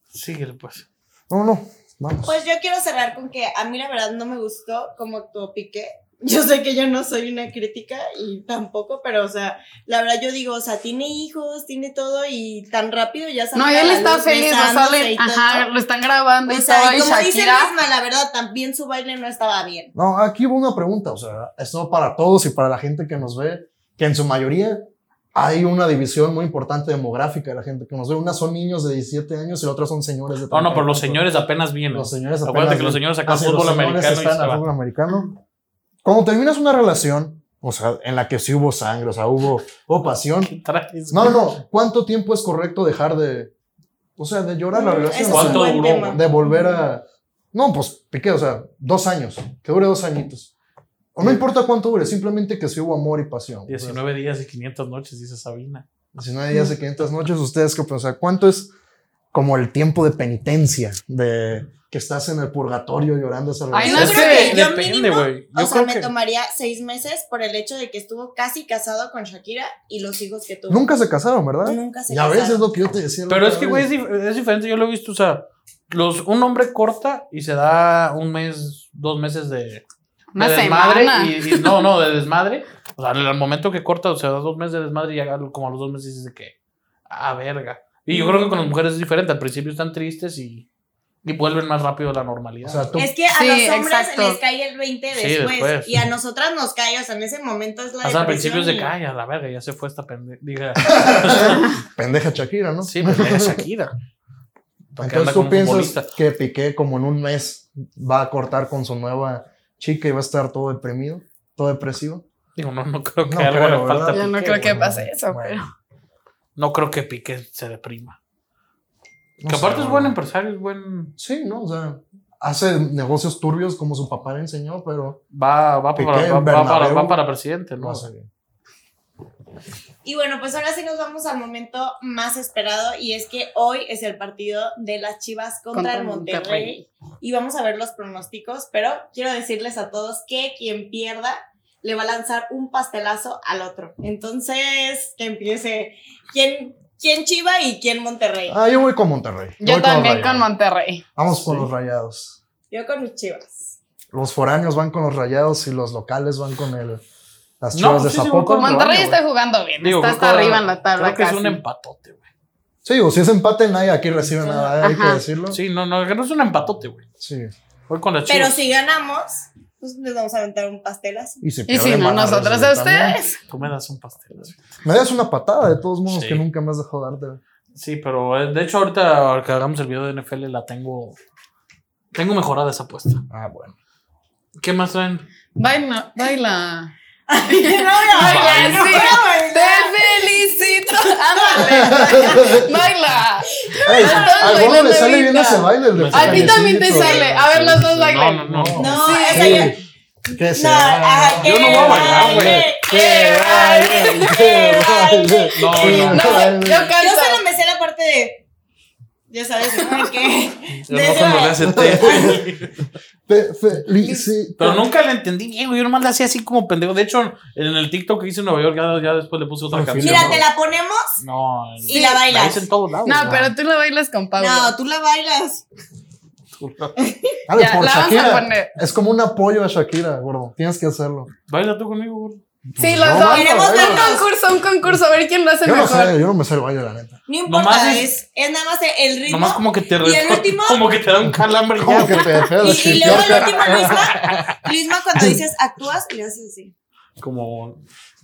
Speaker 2: Síguele, pues.
Speaker 1: No, no, vamos.
Speaker 4: Pues yo quiero cerrar con que a mí la verdad no me gustó como actuó Piqué. Yo sé que yo no soy una crítica y tampoco, pero o sea, la verdad yo digo, o sea, tiene hijos, tiene todo y tan rápido ya salió.
Speaker 3: No, y él está feliz, lo salen, ajá, lo están grabando y
Speaker 4: O
Speaker 3: estaba
Speaker 4: sea, y
Speaker 3: ahí
Speaker 4: como dice
Speaker 3: Shakira.
Speaker 4: misma, la verdad también su baile no estaba bien.
Speaker 1: No, aquí va una pregunta, o sea, esto para todos y para la gente que nos ve, que en su mayoría hay una división muy importante demográfica de la gente que nos ve. Unas son niños de 17 años y las otras son señores de
Speaker 2: Oh, No, no, pero los
Speaker 1: 30.
Speaker 2: señores apenas vienen.
Speaker 1: Los señores Ah,
Speaker 2: Acuérdate que los señores sacan fútbol americano y
Speaker 1: están
Speaker 2: se
Speaker 1: al
Speaker 2: van. [laughs]
Speaker 1: fútbol americano. Cuando terminas una relación, o sea, en la que sí hubo sangre, o sea, hubo, hubo pasión.
Speaker 2: Traes,
Speaker 1: No,
Speaker 2: güey.
Speaker 1: no, ¿cuánto tiempo es correcto dejar de, o sea, de llorar la
Speaker 4: Mm, Ese
Speaker 1: relación?
Speaker 4: es un
Speaker 1: O sea,
Speaker 2: ¿Cuánto
Speaker 4: buen
Speaker 2: duró,
Speaker 4: tema.
Speaker 1: de volver a. No, pues Piqué, o sea, dos años, que dure dos añitos. O no importa cuánto dure, simplemente que si hubo amor y pasión.
Speaker 2: 19 días y 500 noches, dice Sabina.
Speaker 1: O sea, 19 días de 500 noches, ¿ustedes qué piensan? O sea, ¿cuánto es como el tiempo de penitencia, de que estás en el purgatorio llorando esa
Speaker 3: Ay, no,
Speaker 1: relación.
Speaker 2: es
Speaker 4: creo
Speaker 2: que,
Speaker 4: que yo
Speaker 2: depende,
Speaker 4: mínimo,
Speaker 2: güey.
Speaker 4: O
Speaker 2: Yo
Speaker 4: sea,
Speaker 2: creo
Speaker 4: me
Speaker 2: que.
Speaker 4: tomaría seis meses por el hecho de que estuvo casi casado con Shakira y los hijos que tuvo.
Speaker 1: Nunca se casaron, ¿verdad?
Speaker 4: Nunca se
Speaker 1: y a
Speaker 4: casaron.
Speaker 1: veces es lo que yo te decía. la
Speaker 2: Pero
Speaker 1: otra
Speaker 2: es que,
Speaker 1: vez.
Speaker 2: güey, es, dif- es diferente. Yo lo he visto, o sea, los, un hombre corta y se da un mes, dos meses de,
Speaker 3: Una
Speaker 2: de desmadre.
Speaker 3: semana.
Speaker 2: Y, y- no, no, de desmadre. O sea, al momento que corta, o sea, da dos meses de desmadre y ya al- como a los dos meses dices de que, ah, verga. Y yo creo que con las mujeres es diferente. Al principio están tristes y, y vuelven más rápido a la normalidad.
Speaker 1: O sea, tú-
Speaker 4: Es que a
Speaker 3: Sí,
Speaker 4: los hombres
Speaker 3: exacto.
Speaker 4: les cae el 20
Speaker 2: Sí,
Speaker 4: después,
Speaker 2: después.
Speaker 4: y a nosotras nos cae, o sea, en ese momento es la
Speaker 2: Hasta al
Speaker 4: depresión
Speaker 2: principio es de
Speaker 4: y-
Speaker 2: que, ay, a la verga, ya se fue esta pendeja. [laughs] Diga,
Speaker 1: [laughs] pendeja Shakira, ¿no?
Speaker 2: sí, pues, pendeja Shakira. ¿Para qué anda
Speaker 1: Entonces tú
Speaker 2: como
Speaker 1: piensas
Speaker 2: futbolista?
Speaker 1: que Piqué como en un mes va a cortar con su nueva chica y va a estar todo deprimido, todo depresivo.
Speaker 2: Digo, no, no creo que
Speaker 1: No
Speaker 2: algo
Speaker 1: creo,
Speaker 2: le falta. a
Speaker 1: ¿verdad?
Speaker 3: Yo no
Speaker 2: Piqué,
Speaker 3: creo que
Speaker 2: güey.
Speaker 3: pase eso,
Speaker 1: Bueno,
Speaker 2: No creo que Piqué se deprima.
Speaker 1: no sé,
Speaker 2: que aparte es
Speaker 1: güey.
Speaker 2: buen empresario, es buen.
Speaker 1: Sí, ¿no? O sea, hace negocios turbios como su papá le enseñó, pero
Speaker 2: Va, va,
Speaker 1: Piqué,
Speaker 2: para, va- va para-
Speaker 1: Bernabéu.
Speaker 2: va para presidente,
Speaker 1: no
Speaker 2: ¿no?
Speaker 1: hace bien.
Speaker 4: Y bueno, pues ahora sí nos vamos al momento más esperado y es que hoy es el partido de las Chivas contra,
Speaker 3: Contra
Speaker 4: el Monterrey.
Speaker 3: Monterrey.
Speaker 4: y vamos a ver los pronósticos, pero quiero decirles a todos que quien pierda le va a lanzar un pastelazo al otro. Entonces, que empiece quién quién Chiva y quién Monterrey.
Speaker 1: Ah, yo voy con Monterrey.
Speaker 3: Yo
Speaker 1: voy los
Speaker 3: también con
Speaker 1: Rayados.
Speaker 3: Monterrey.
Speaker 1: Vamos con
Speaker 2: Sí.
Speaker 1: los rayados.
Speaker 4: Yo con mis Chivas.
Speaker 1: Los foráneos van con los rayados y los locales van con el, las
Speaker 2: No,
Speaker 1: chivas
Speaker 2: pues sí,
Speaker 1: de
Speaker 2: sí,
Speaker 1: Zapopan.
Speaker 2: voy con-
Speaker 3: Monterrey
Speaker 2: Rayo,
Speaker 3: está
Speaker 2: güey.
Speaker 3: jugando bien.
Speaker 2: Digo,
Speaker 3: está
Speaker 2: creo
Speaker 3: hasta
Speaker 2: que-
Speaker 3: arriba en la tabla.
Speaker 2: Creo que es
Speaker 3: casi.
Speaker 2: un em- empatote, güey.
Speaker 1: Sí, o si es empate, nadie aquí recibe nada, hay que
Speaker 3: Ajá.
Speaker 1: decirlo. Sí.
Speaker 2: Sí, no, no, que no es un empatote, güey. Voy con la
Speaker 4: Pero
Speaker 2: Chivas.
Speaker 4: si ganamos, pues les vamos a aventar un pastelazo.
Speaker 1: Y, se
Speaker 3: Y si
Speaker 1: pierden,
Speaker 3: no,
Speaker 1: van a
Speaker 3: nosotros
Speaker 1: recibir
Speaker 3: a
Speaker 1: también.
Speaker 3: ustedes.
Speaker 2: Tú me das un pastel. güey.
Speaker 1: Me das una patada, de todos modos,
Speaker 2: Sí.
Speaker 1: que nunca me has dejado darte.
Speaker 2: Sí, pero eh, de hecho, ahorita que hagamos el video de NFL, la tengo. Tengo mejorada esa apuesta.
Speaker 1: Ah, bueno.
Speaker 2: ¿Qué más traen?
Speaker 3: Baila, baila.
Speaker 4: no voy a bailar,
Speaker 3: Baila,
Speaker 4: no voy a
Speaker 3: sí. [laughs] Te
Speaker 4: bailar.
Speaker 3: felicito. [laughs] Ándale. Baila.
Speaker 1: Ey,
Speaker 3: Estamos
Speaker 1: al gordo
Speaker 3: bailando
Speaker 1: le sale bien
Speaker 3: ahorita.
Speaker 1: ese baile. el de
Speaker 3: A ti también te
Speaker 1: Franecito.
Speaker 3: sale. A ver, los dos
Speaker 2: No,
Speaker 3: bailen.
Speaker 2: no, no.
Speaker 1: No.
Speaker 4: No,
Speaker 3: Sí.
Speaker 4: o sea, yo-
Speaker 1: Ey, que se
Speaker 4: No, ajá,
Speaker 1: baile,
Speaker 2: Yo no voy a bailar, güey.
Speaker 4: que baile, que baile.
Speaker 2: No,
Speaker 1: que
Speaker 2: no.
Speaker 3: No, yo
Speaker 1: baile.
Speaker 4: Yo solo
Speaker 3: canto.
Speaker 4: me sé la parte de. Ya sabes, ¿no? que.
Speaker 2: Yo no cuando le hace té.
Speaker 1: Te felicito.
Speaker 2: [laughs] Pero nunca le entendí bien, güey. Yo nomás la hacía así como pendejo. De hecho, en el TikTok que hice en Nueva York, ya, ya después le puse otra
Speaker 1: Ay,
Speaker 2: canción.
Speaker 4: Mira, te la ponemos.
Speaker 2: No, en-
Speaker 4: Y la bailas.
Speaker 2: hice en todos lados.
Speaker 3: No, pero tú lo bailas con Pablo.
Speaker 4: No, tú la bailas.
Speaker 1: Dale,
Speaker 3: Ya,
Speaker 1: Ah, por
Speaker 3: la vamos a
Speaker 1: Shakira.
Speaker 3: poner.
Speaker 1: Es como un apoyo a Shakira, gordo. Tienes que hacerlo.
Speaker 2: Baila tú conmigo, güey.
Speaker 3: Sí,
Speaker 1: Pues
Speaker 3: los
Speaker 1: no,
Speaker 3: dos.
Speaker 1: vamos a
Speaker 4: Queremos
Speaker 1: ver.
Speaker 3: Un concurso, un concurso. A ver quién lo hace
Speaker 1: Yo no
Speaker 3: mejor.
Speaker 1: sé, yo no me sé el baile, la neta.
Speaker 4: No importa,
Speaker 2: Nomás es-
Speaker 4: es, es nada más el ritmo.
Speaker 2: Nomás como que te
Speaker 4: Y el último-
Speaker 2: [laughs] como que te da un calambre
Speaker 1: ¿Cómo
Speaker 2: ya.
Speaker 1: que te
Speaker 4: Y-
Speaker 1: dejas de
Speaker 4: y, luego el
Speaker 1: chiflar?
Speaker 4: último, Luisma. Luisma, cuando dices actúas, le haces así.
Speaker 2: Como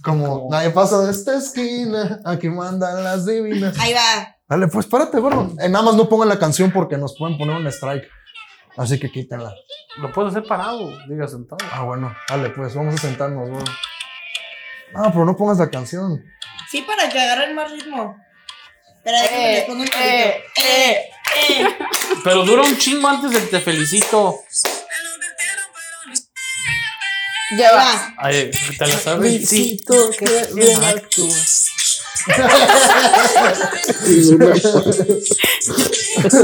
Speaker 1: Como nadie pasa de esta esquina, aquí mandan las divinas.
Speaker 4: Ahí va.
Speaker 1: Dale, pues párate, gordo. Eh, nada más no pongan la canción porque nos pueden poner un strike. Así que quítenla.
Speaker 2: lo puedes hacer parado, diga sentado.
Speaker 1: Ah, bueno, dale, pues vamos a sentarnos, gordo. Ah, pero no pongas la canción.
Speaker 4: Sí, para que agarren más ritmo. Pero déjame
Speaker 3: Eh,
Speaker 4: les pongo un poquito.
Speaker 3: eh,
Speaker 4: eh, eh.
Speaker 2: Pero dura un chingo antes del te felicito.
Speaker 3: Ya
Speaker 4: Ahí
Speaker 3: va.
Speaker 4: va.
Speaker 2: Ay, ¿te la sabes? Sí.
Speaker 1: que
Speaker 2: bien
Speaker 1: actúas.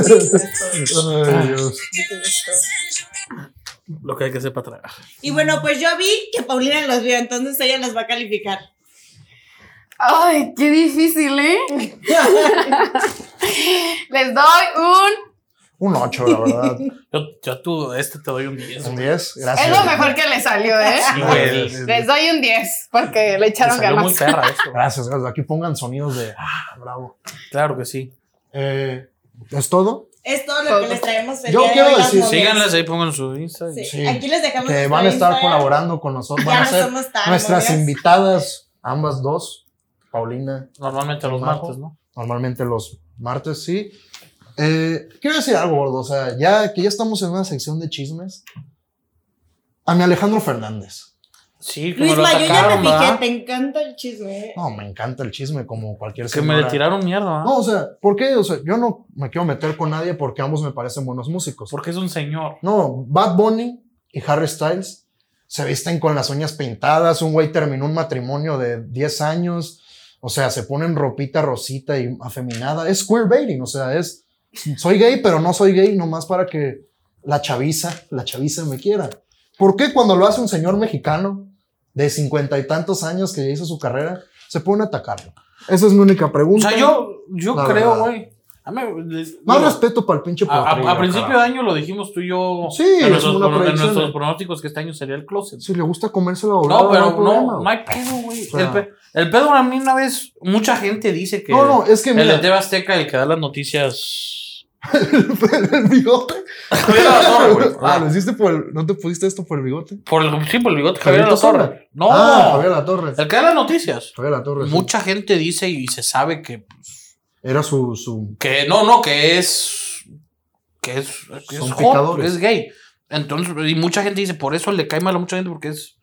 Speaker 1: Ay, Dios.
Speaker 2: Lo que hay que hacer para atrás.
Speaker 4: Y bueno, pues yo vi que Paulina los vio, entonces ella los va a calificar.
Speaker 3: Ay, qué difícil, [laughs] ¿eh? Les doy un.
Speaker 1: Un 8, la verdad.
Speaker 2: Yo, yo a tu este te doy un 10.
Speaker 1: Un
Speaker 2: güey.
Speaker 1: 10, gracias.
Speaker 3: Es lo mejor que le salió, ¿eh?
Speaker 2: Sí, güey.
Speaker 3: Les doy un 10 porque le
Speaker 2: Te
Speaker 3: echaron
Speaker 2: salió muy
Speaker 3: ganas.
Speaker 2: perra [laughs] eso.
Speaker 1: Gracias, gracias. Aquí pongan sonidos de ah, bravo.
Speaker 2: Claro que sí.
Speaker 1: Eh, ¿Es todo?
Speaker 4: Es todo lo
Speaker 3: Todo.
Speaker 4: que les traemos
Speaker 1: Pues,
Speaker 4: el
Speaker 1: Yo
Speaker 4: día de
Speaker 1: quiero
Speaker 4: hoy, las
Speaker 1: decir-
Speaker 4: novias.
Speaker 2: Síganlas ahí, pongan su Insta.
Speaker 4: Sí.
Speaker 2: y-
Speaker 1: Sí.
Speaker 4: Aquí les dejamos
Speaker 1: Que
Speaker 4: nuestro
Speaker 1: van a estar
Speaker 4: Instagram.
Speaker 1: colaborando con nosotros. Van
Speaker 4: Ya
Speaker 1: a
Speaker 4: Ah, no
Speaker 1: ser
Speaker 4: somos tan
Speaker 1: nuestras
Speaker 4: novias.
Speaker 1: invitadas, ambas dos. Paulina,
Speaker 2: Normalmente los
Speaker 1: Bajo.
Speaker 2: martes, ¿no?
Speaker 1: normalmente los martes, sí. Eh, quiero decir algo, gordo. O sea, ya que ya estamos en una sección de chismes. A mi Alejandro Fernández.
Speaker 2: Sí, que me lo
Speaker 4: Luisma, yo ya
Speaker 2: atacaron,
Speaker 4: me fijé,
Speaker 2: ¿verdad?
Speaker 4: te encanta el chisme.
Speaker 1: No, me encanta el chisme, como cualquier
Speaker 2: Que me le
Speaker 1: señora.
Speaker 2: tiraron mierda, ¿ah?
Speaker 1: No, o sea, ¿por qué? O sea, yo no me quiero meter con nadie porque ambos me parecen buenos músicos.
Speaker 2: Porque es un señor.
Speaker 1: No, Bad Bunny y Harry Styles se visten con las uñas pintadas. Un güey terminó un matrimonio de 10 años. O sea, se ponen ropita rosita y afeminada. Es queerbaiting, o sea, es soy gay, pero no soy gay nomás para que la chaviza, la chaviza me quiera. ¿Por qué cuando lo hace un señor mexicano de cincuenta y tantos años que ya hizo su carrera, se pone a atacarlo? Esa es mi única
Speaker 2: O
Speaker 1: pregunta.
Speaker 2: sea, yo, yo
Speaker 1: La
Speaker 2: creo,
Speaker 1: verdad.
Speaker 2: güey. a mí- les-
Speaker 1: Más
Speaker 2: digo,
Speaker 1: respeto para el pinche
Speaker 2: a- a-
Speaker 1: potrillo,
Speaker 2: a, principio de
Speaker 1: carajo.
Speaker 2: año lo dijimos tú y yo
Speaker 1: Sí,
Speaker 2: en,
Speaker 1: es
Speaker 2: nuestros,
Speaker 1: una
Speaker 2: pro- en
Speaker 1: predicción.
Speaker 2: nuestros pronósticos que este año sería el closet.
Speaker 1: Si le gusta comerse la volada,
Speaker 2: No, pero
Speaker 1: hay problema,
Speaker 2: no, no
Speaker 1: güey.
Speaker 2: hay pedo, güey.
Speaker 1: O sea-
Speaker 2: el, pe- el pedo a mí una vez, mucha gente dice que
Speaker 1: No, no, es que
Speaker 2: el
Speaker 1: mira,
Speaker 2: de TV Azteca, el que da
Speaker 1: [laughs]
Speaker 2: las noticias.
Speaker 1: el, bigote.
Speaker 2: Javier Alatorre, güey.
Speaker 1: [laughs] Ah, lo hiciste por el, ¿no te pusiste esto por el bigote?
Speaker 2: Por el, sí, por el bigote Javier
Speaker 1: ¿Javierito
Speaker 2: Alatorre.
Speaker 1: Torre?
Speaker 2: No,
Speaker 1: Ah, Javier La Torre.
Speaker 2: el que da las noticias.
Speaker 1: Javier La Torre. sí.
Speaker 2: Mucha gente dice y se sabe que,
Speaker 1: Era su, su
Speaker 2: que no, no, que es. que es. que es
Speaker 1: Son
Speaker 2: hot,
Speaker 1: pecadores.
Speaker 2: es gay. Entonces, y mucha gente dice, por eso le cae mal a mucha gente porque es.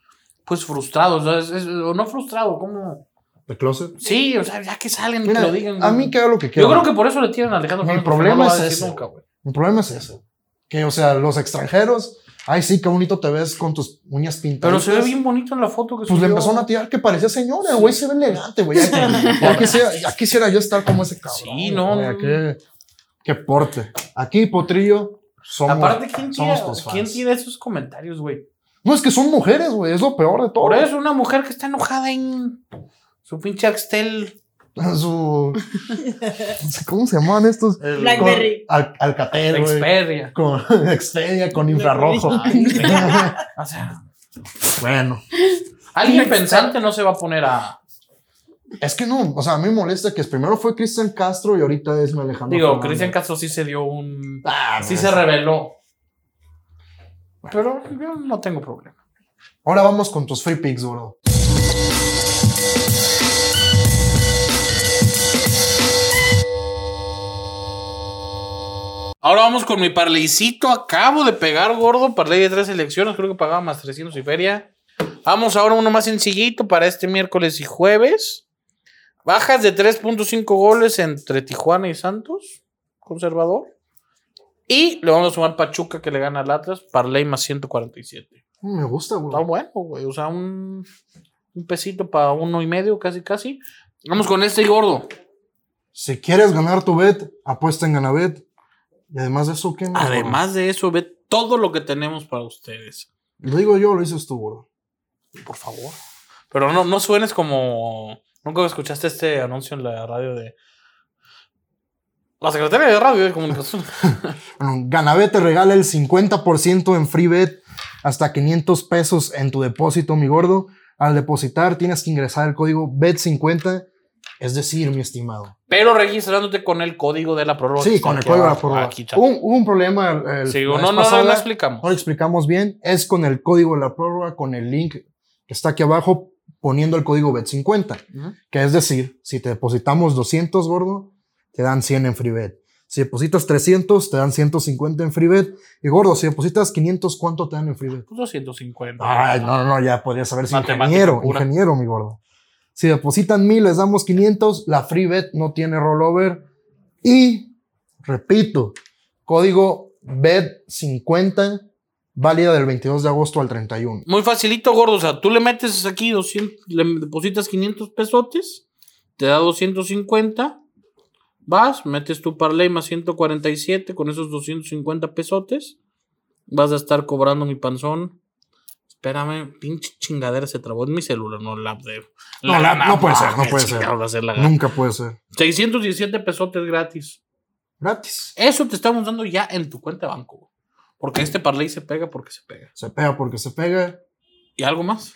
Speaker 2: Pues frustrado, o sea, es- es- o no frustrado, como.
Speaker 1: de closet.
Speaker 2: Sí, o sea, ya que salen,
Speaker 1: Mira,
Speaker 2: que lo digan.
Speaker 1: a mí que haga lo que
Speaker 2: Yo
Speaker 1: quiera.
Speaker 2: creo que por eso le tiran a Alejandro
Speaker 1: Mi
Speaker 2: Fernández,
Speaker 1: problema
Speaker 2: no lo va a
Speaker 1: es
Speaker 2: decir
Speaker 1: ese.
Speaker 2: nunca, güey.
Speaker 1: Mi problema es eso. Que, o sea, los extranjeros, ay, sí, qué bonito te ves con tus uñas pintadas.
Speaker 2: Pero se ve bien bonito en la foto que
Speaker 1: Pues le
Speaker 2: subió.
Speaker 1: empezaron a tirar que parecía señora, el güey, se ve elegante, güey.
Speaker 2: [laughs]
Speaker 1: Ya, ya quisiera, ya quisiera yo estar como ese cabrón.
Speaker 2: Sí, no,
Speaker 1: güey,
Speaker 2: no,
Speaker 1: qué, qué porte. Aquí, Potrillo, somos,
Speaker 2: Aparte, ¿quién
Speaker 1: somos
Speaker 2: tira,
Speaker 1: tus fans.
Speaker 2: ¿quién tira esos comentarios, güey?
Speaker 1: No, es que son mujeres, güey, es lo peor de todo.
Speaker 2: Por eso, una mujer que está enojada en su pinche Axtel.
Speaker 1: [laughs] Su, ¿Cómo se llaman estos?
Speaker 2: el-
Speaker 4: Black- Blackberry.
Speaker 1: Con Al, Alcatel, güey.
Speaker 2: Xperia.
Speaker 1: Con [laughs] Expedia, con infrarrojo. [laughs]
Speaker 2: O sea,
Speaker 1: bueno.
Speaker 2: alguien pensante no se va a poner a.
Speaker 1: Es que no, o sea, a mí me molesta que primero fue Cristian Castro y ahorita es mi Alejandro.
Speaker 2: Digo,
Speaker 1: Fernández.
Speaker 2: Cristian Castro sí se dio un.
Speaker 1: Ah,
Speaker 2: Sí
Speaker 1: no.
Speaker 2: se reveló. Pero yo no tengo problema.
Speaker 1: Ahora vamos con tus free picks, bro.
Speaker 2: Ahora vamos con mi parleycito. Acabo de pegar gordo. Parley de tres elecciones. Creo que pagaba más 300 y feria. Vamos ahora uno más sencillito para este miércoles y jueves. Bajas de 3.5 goles entre Tijuana y Santos. Conservador. Y le vamos a sumar Pachuca que le gana al Atlas. Parley más 147.
Speaker 1: Me gusta,
Speaker 2: Está
Speaker 1: bro.
Speaker 2: bueno, güey. O sea, un, un pesito para uno y medio, casi, casi. Vamos con este gordo.
Speaker 1: Si quieres ganar tu bet, apuesta en Ganabet. Y además de eso, ¿qué más?
Speaker 2: Además de eso, ve todo lo que tenemos para ustedes.
Speaker 1: bro? Lo digo yo, lo dices tú, bro.
Speaker 2: Por favor. Pero no, no suenes como. Nunca escuchaste este anuncio en la radio de. La Secretaría de Radio
Speaker 1: [laughs]
Speaker 2: y Comunicación.
Speaker 1: Bueno, Ganabet te regala el 50% en free bet hasta 500 pesos en tu depósito, mi gordo. Al depositar tienes que ingresar el código BET50, es decir, mi estimado.
Speaker 2: Pero registrándote con el código de la prórroga. que
Speaker 1: Sí,
Speaker 2: está
Speaker 1: con el
Speaker 2: aquí
Speaker 1: código de la
Speaker 2: abajo.
Speaker 1: prórroga.
Speaker 2: Aquí está.
Speaker 1: Hubo un, hubo un problema. el- el- ¿eh?
Speaker 2: Sí,
Speaker 1: la
Speaker 2: no,
Speaker 1: vez
Speaker 2: no, no,
Speaker 1: pasada.
Speaker 2: no explicamos.
Speaker 1: No lo explicamos bien. Es con el código de la prórroga, con el link que está aquí abajo, poniendo el código BET50.
Speaker 2: Ujú.
Speaker 1: Que es decir, si te depositamos 200, gordo, te dan 100 en FreeBet. Si depositas 300, te dan 150 en FreeBet. Y gordo, si depositas 500, ¿cuánto te dan en FreeBet?
Speaker 2: Pues 250.
Speaker 1: Ay, no, no, no, ya podría saber si
Speaker 2: Matemática
Speaker 1: ingeniero,
Speaker 2: pura.
Speaker 1: ingeniero, mi gordo. Si depositan 1000, les damos 500. La FreeBet no tiene rollover. Y, repito, código BET50, válida del 22 de agosto al 31.
Speaker 2: Muy facilito, gordo. O sea, tú le metes aquí 200, le depositas 500 pesotes, te da 250. Vas, metes tu parlay más 147 con esos 250 pesotes. Vas a estar cobrando mi panzón. Espérame, pinche chingadera se trabó en mi celular, no la de.
Speaker 1: No, la- no puede ser, no
Speaker 2: qué
Speaker 1: puede ser.
Speaker 2: chingado va a ser la-
Speaker 1: Nunca puede ser.
Speaker 2: 617 pesotes gratis.
Speaker 1: Gratis.
Speaker 2: Eso te estamos dando ya en tu cuenta de banco. güey. Porque este parlay se pega porque se pega.
Speaker 1: Se pega porque se pega.
Speaker 2: ¿Y algo más?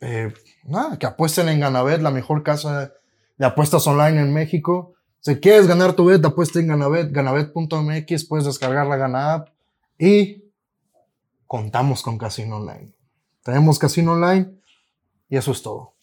Speaker 1: eh, nada, que apuesten en Ganabet, la mejor casa de apuestas online en México. Si quieres ganar tu bet, apuesta en Ganabet, ganabet.mx, puedes descargar la Gana App y contamos con Casino Online. Tenemos Casino Online y eso es todo.